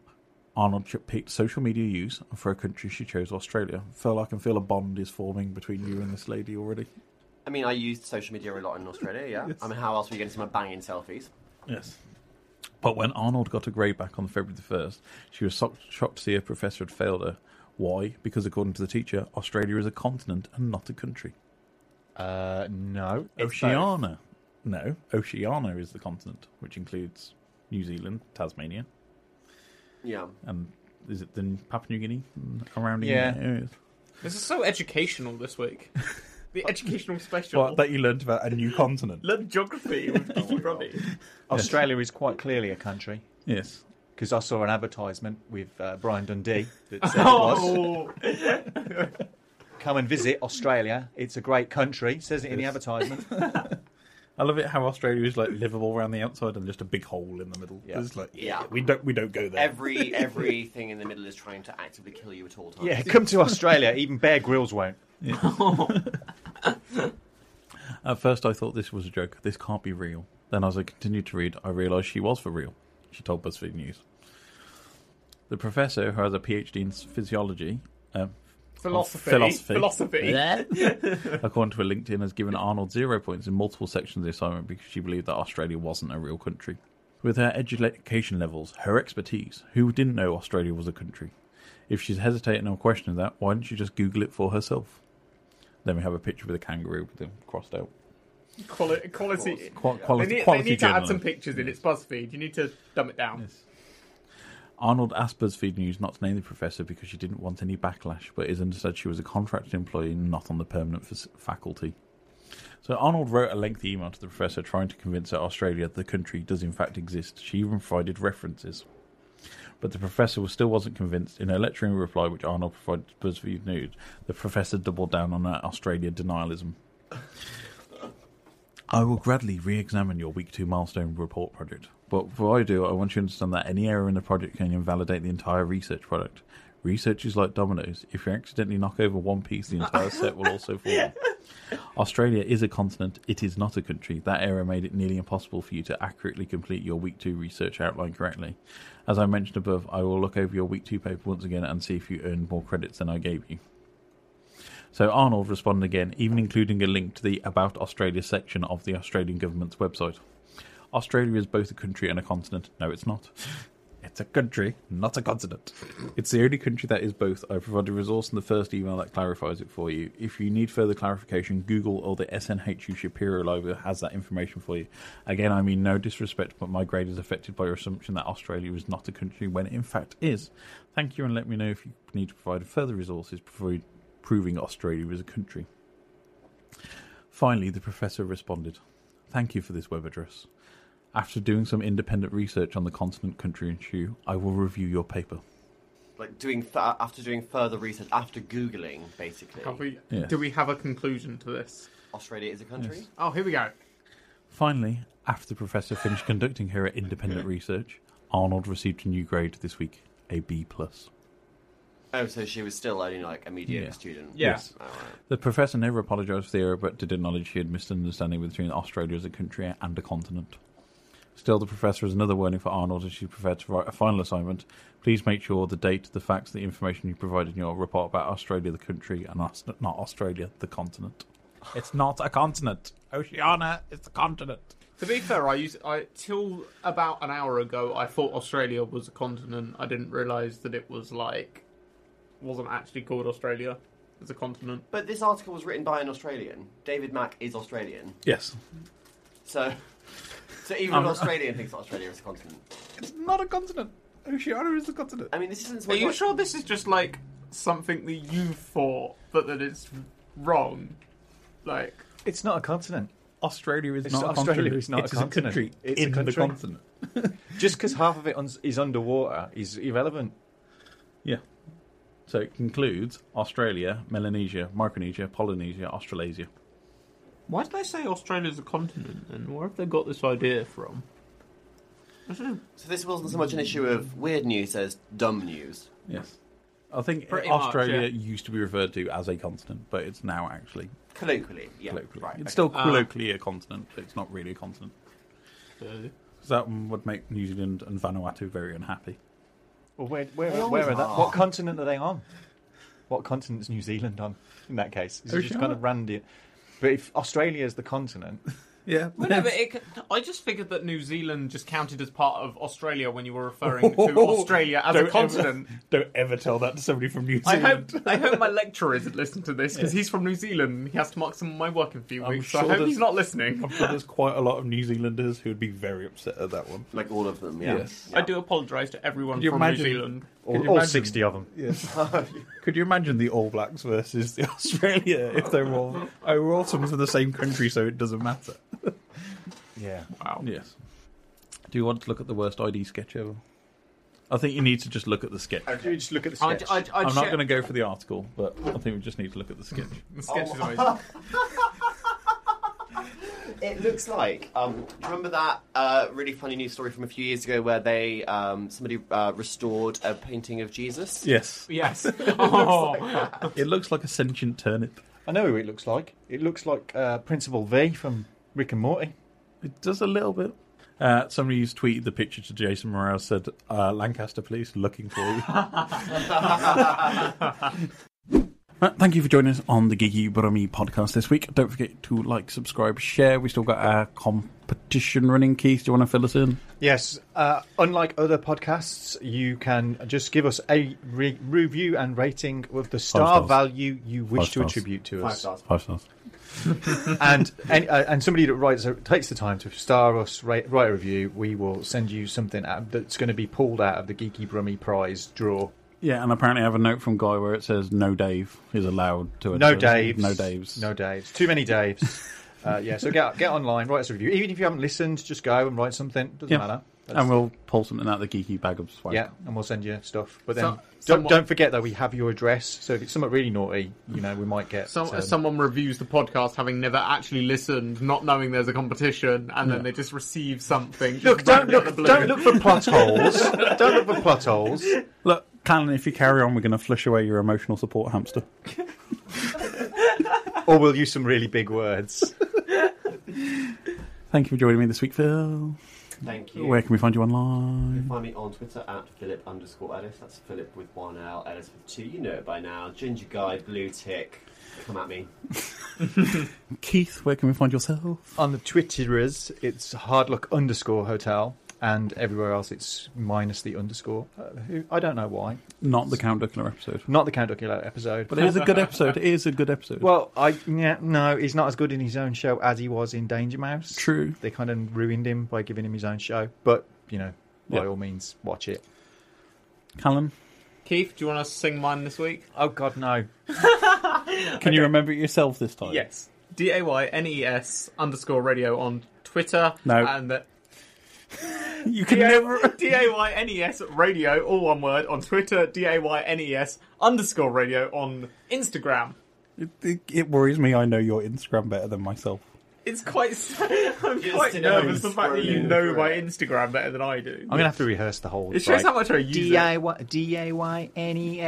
A: Arnold ch- picked social media use, and for a country, she chose Australia. Feel I can feel a bond is forming between you and this lady already.
I: I mean, I used social media a lot in Australia. Yeah. I mean, how else were you going to see my banging selfies?
A: Yes. But when Arnold got a grade back on February the 1st, she was shocked, shocked to see her professor had failed her. Why? Because according to the teacher, Australia is a continent and not a country.
J: Uh, no.
A: Oceania. No, Oceania is the continent, which includes New Zealand, Tasmania,
I: Yeah.
A: and is it then Papua New Guinea and surrounding
H: Yeah.
A: areas?
H: This is so educational this week. The educational special.
A: Well, that you learnt about a new continent.
H: Learn geography with Kiki Robbie.
J: Australia is quite clearly a country.
A: Yes.
J: Because I saw an advertisement with uh, Brian Dundee that said it was.
H: Oh.
J: Come and visit Australia. It's a great country. Says it in the advertisement.
A: I love it how Australia is like livable around the outside and just a big hole in the middle.
J: Yeah.
A: It's like,
I: Yeah.
A: we don't we don't go there.
I: Every everything in the middle is trying to actively kill you at all times.
J: yeah, come to Australia. Even Bear Grylls won't.
A: At first, I thought this was a joke. This can't be real. Then, as I continued to read, I realised she was for real. She told BuzzFeed News. The professor, who has a PhD in physiology, um,
H: Philosophy.
A: philosophy,
H: Philosophy.
A: Yeah. according to her LinkedIn, has given Arnold zero points in multiple sections of the assignment because she believed that Australia wasn't a real country. With her education levels, her expertise, who didn't know Australia was a country? If she's hesitating on questioning that, why didn't she just Google it for herself? Then we have a picture with a kangaroo with him crossed out.
H: Quality. quality.
A: Qua- quality-
H: they need,
A: quality
H: they need to add
A: journalism.
H: some pictures in. It's BuzzFeed. You need to dumb it down.
A: Arnold asked BuzzFeed News not to name the professor because she didn't want any backlash, but it is understood she was a contracted employee and not on the permanent fac- faculty. So Arnold wrote a lengthy email to the professor trying to convince her Australia, the country, does in fact exist. She even provided references. But the professor was- still wasn't convinced. In her lecturing reply, which Arnold provided to BuzzFeed News, the professor doubled down on her Australia denialism. I will gradually re examine your week two milestone report project. But before I do, I want you to understand that any error in the project can invalidate the entire research product. Research is like dominoes. If you accidentally knock over one piece, the entire set will also fall. Australia is a continent, it is not a country. That error made it nearly impossible for you to accurately complete your week two research outline correctly. As I mentioned above, I will look over your week two paper once again and see if you earned more credits than I gave you. So Arnold responded again, even including a link to the About Australia section of the Australian government's website. Australia is both a country and a continent. No, it's not. It's a country, not a continent. It's the only country that is both. I provided a resource in the first email that clarifies it for you. If you need further clarification, Google or the SNHU Shapiro logo has that information for you. Again, I mean no disrespect, but my grade is affected by your assumption that Australia is not a country when it in fact is. Thank you and let me know if you need to provide further resources before you proving Australia is a country. Finally, the professor responded, Thank you for this web address. After doing some independent research on the continent, country, and shoe, I will review your paper.
I: Like doing th- after doing further research after googling, basically.
H: Have we,
A: Yes.
H: Do we have a conclusion to this?
I: Australia is a country.
A: Yes.
H: Oh, here we go.
A: Finally, after the professor finished conducting her independent research, Arnold received a new grade this week, a B plus.
I: Oh, so she was still only like a mediocre student.
A: Yes.
I: Oh, right.
A: The professor never apologised for the error, but did acknowledge he had misunderstanding between Australia as a country and a continent. Still, the professor has another warning for Arnold as she prepared to write a final assignment. Please make sure the date, the facts, the information you provide in your report about Australia, the country, and Aus- not Australia, the continent. It's not a continent. Oceania is the continent.
H: To be fair, I used I till about an hour ago I thought Australia was a continent. I didn't realise that it was like wasn't actually called Australia as a continent.
I: But this article was written by an Australian. David Mack is Australian.
A: Yes.
I: So, so even
A: Um,
I: an Australian thinks Australia is a continent.
A: It's not a continent. Oceania is a continent.
I: I mean, this isn't.
H: Are you sure this is just like something that you thought, but that it's wrong? Like
Q: It's not a continent.
A: Australia is
Q: It's
A: not a
Q: Australia
A: continent.
Q: is not
A: It
Q: a
A: is a
Q: continent.
A: country
Q: It's
A: in
Q: a
A: the
Q: country.
A: continent.
Q: Just because half of it uns- is underwater is irrelevant.
A: Yeah. So it concludes Australia, Melanesia, Micronesia, Polynesia, Australasia.
H: Why did they say Australia's a continent and where have they got this idea from?
I: So this wasn't so much an issue of weird news as dumb news.
A: Yes. I think
I: Pretty much,
A: Australia
I: yeah.
A: used to be referred to as a continent, but it's now actually
I: Colloquially, yeah.
A: colloquially.
I: Right,
A: it's
I: okay.
A: still
I: Ah.
A: colloquially a continent, but it's not really a continent. So that one would make New Zealand and Vanuatu very unhappy.
Q: Well, where, where,
A: They
Q: where are
A: always
Q: that?
A: are.
J: Ah.
Q: What continent are they on? What continent's New Zealand on? In that case, is it just
H: Oceania.
Q: kind of random? But if Australia is the continent,
A: yeah,
H: Well, no, but it, c- I just figured that New Zealand just counted as part of Australia when you were referring to Australia
A: Don't
H: as a
A: ever-
H: continent.
A: don't ever tell that to somebody from New
H: I
A: Zealand.
H: hope I hope my lecturer isn't listening to this because he's from New Zealand. and He has to mark some of my work in a few weeks, so I hope
A: there's-
H: he's not listening.
A: I'm sure there's quite a lot of New Zealanders who would be very upset at that one.
I: Like all of them,
H: Yeah. I do apologise to everyone
A: Could you
H: from
A: imagine-
H: New Zealand.
A: could you imagine- Yes. could you imagine the All Blacks versus the Australia if they were all oh, we're all from the same country, so it doesn't matter.
Q: yeah.
A: Wow. Yes. Do you want to look at the worst ID sketch ever? I think you need to just look at the sketch.
Q: You just look at the
A: i
Q: sketch.
A: am not going to go for the article, but I think we just need to look at the sketch.
H: The sketch is
I: It looks like. Um, do you remember that uh, really funny news story from a few years ago where they um, somebody uh, restored a painting of Jesus?
A: Yes.
H: Yes.
A: It looks like a sentient turnip.
Q: I know who it looks like. It looks like uh, Principal V from Rick and Morty.
A: It does a little bit. Uh, somebody who's tweeted the picture to Jason Morales said, uh, Lancaster police looking for you. Right, Uh, thank you for joining us on the Giggy Brummy podcast this week. Don't forget to like, subscribe, share. We still got our competition running. Keith, do you want to fill us in?
Q: Yes, uh, unlike other podcasts, you can just give us a re- review and rating with the star
A: stars.
Q: value you wish
A: Five
Q: to
A: stars.
Q: attribute to
A: Five
Q: us.
A: stars. Five stars.
Q: and and, uh, and somebody that writes takes the time to star us, write, write a review. We will send you something out that's going to be pulled out of the Geeky Brummy Prize draw.
A: Yeah, and apparently I have a note from Guy where it says no Dave is allowed to
Q: No
A: enter.
Q: Daves.
A: No Daves.
Q: No Daves. Too many Daves. uh, yeah, so get get online, write us a review. Even if you haven't listened, just go and write something. Doesn't
A: Yeah.
Q: matter.
A: And we'll pull something out of the geeky bag of swag.
Q: yeah, and we'll send you stuff. But then
H: Some-
Q: don't
H: someone-
Q: don't forget though we have your address. So if it's something really naughty, you know we might get
H: Some,
Q: um,
H: someone reviews the podcast having never actually listened, not knowing there's a competition, and then they just receive something.
Q: Look,
H: just
Q: don't
H: randomly out
Q: look,
H: of the blue.
Q: don't look for plot holes. don't look for plot holes.
A: Look, Callan, if you carry on, we're going to flush away your emotional support hamster.
Q: Or we'll use some really big words.
A: Thank you for joining me this week, Phil.
I: Thank you.
A: Where can we find you
I: You
A: online?
I: can find me on Twitter at Philip underscore Ellis. That's Philip with one L, Ellis with two. You know it by now. Ginger guy, blue tick. Come at me.
A: Keith, where can we find yourself?
Q: On the Twitterers, it's hardluck underscore hotel, and everywhere else it's minus the underscore. Uh, who- I don't know why.
A: Not the Count Duckler episode.
Q: Not the Count Duckula episode.
A: But it is a good episode. It is a good episode.
Q: Well, I yeah, no, he's not as good in his own show as he was in Danger Mouse.
A: True.
Q: They kind of ruined him by giving him his own show, but you know, by
A: Yeah.
Q: all means, watch it.
A: Callum,
H: Keith, do you want to sing mine this week?
Q: Oh God, no.
A: can you remember it yourself this time?
H: Yes. D A Y N E S underscore radio on Twitter.
A: No.
H: And that.
A: You can
H: never. D A Y N E S radio, all one word, on Twitter. D A Y N E S underscore radio on Instagram.
A: It, it, it worries me. I know your Instagram better than myself.
H: It's quite. I'm
Y: You're
H: quite
Y: still
H: nervous the fact that you
Y: scrolling
H: know
Y: through
H: my Instagram better than I do.
L: I'm gonna have to rehearse the whole.
H: It shows how much I use it.
L: DIY, E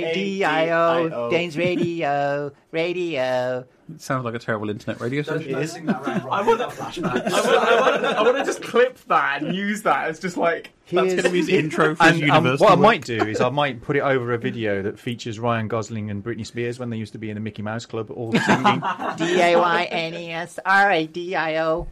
L: D-I-Y-N-E-S-R-A-D-I-O,
A: Dane's
L: Radio, Radio.
A: It sounds like a terrible internet radio station.
L: It is.
H: I want to. I want to just clip that and use that as just like that's going to be his intro for his
L: and, um,
H: universe.
L: what I might do is I might put it over a video that features Ryan Gosling and Britney Spears when they used to be in the Mickey Mouse Club, all singing.
O: D A Y N E S R A D I O.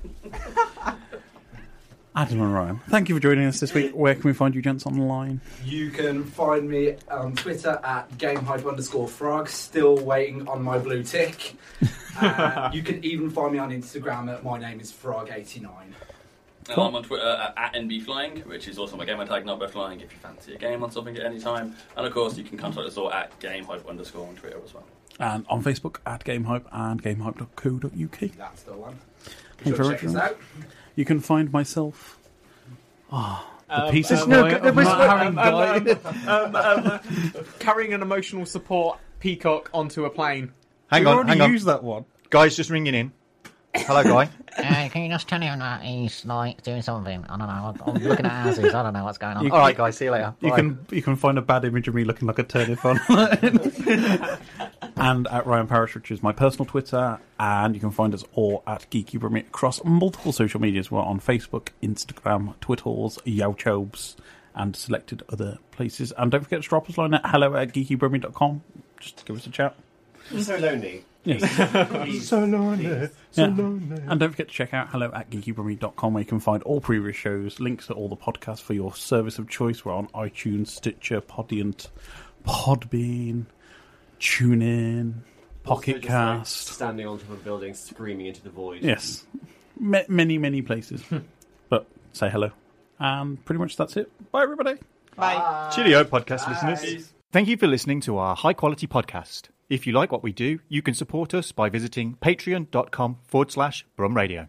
A: Adam and Ryan, thank you for joining us this week. Where can we find you gents online?
M: You can find me on Twitter at gamehype underscore frog, still waiting on my blue tick. Uh, you can even find me on Instagram at my name is frog89.
Z: And I'm on Twitter at, at NBFlying, which is also my gamer tag, not by flying, if you fancy a game on something at any time. And of course, you can contact us all at GameHype underscore on Twitter as well.
A: And on Facebook at GameHype and GameHype.co.uk.
M: That's the one.
A: Thank you very much.
M: check us
A: Ryan.
M: out.
A: You can find myself. Ah, the
H: Um,
L: uh,
A: pieces
H: um,
A: now
H: um,
A: of
H: um,
A: not having
H: um,
A: died.
H: um, um, um, Carrying an emotional support peacock onto a plane.
L: hang
H: We've
L: on,
H: already
L: hang on.
H: used
A: that one.
L: Guy's just ringing in. Hello, guy.
O: Uh, can you just tell him that he's like doing something? I don't know. I'm, I'm looking at houses. I don't know what's going on.
A: You-
L: All right, guys. See you later.
A: You
L: Bye.
A: can you can find a bad image of me looking like a turnip online, and at Ryan Parish, which is my personal Twitter, and you can find us all at Geeky Brummy across multiple social medias. We're on Facebook, Instagram, Twitters, Yowchobes, and selected other places. And don't forget to drop us a line at hello at geekybrummy.com. Just give us a chat.
I: I'm so lonely.
A: Yes.
I: So lonely.
A: Yeah. And don't forget to check out hello at geekybrummy.com where you can find all previous shows, links to all the podcasts for your service of choice. We're on iTunes, Stitcher, Podiant, Podbean, TuneIn,
I: Also
A: Pocket
I: just, like,
A: Cast.
I: standing on top of a building, screaming into the void.
A: Yes. Ma- many, many places. but say hello. And pretty much that's it. Bye, everybody.
L: Bye. Cheerio, podcast listeners. Thank you for listening to our high quality podcast. If you like what we do, you can support us by visiting patreon.com forward slash brum radio.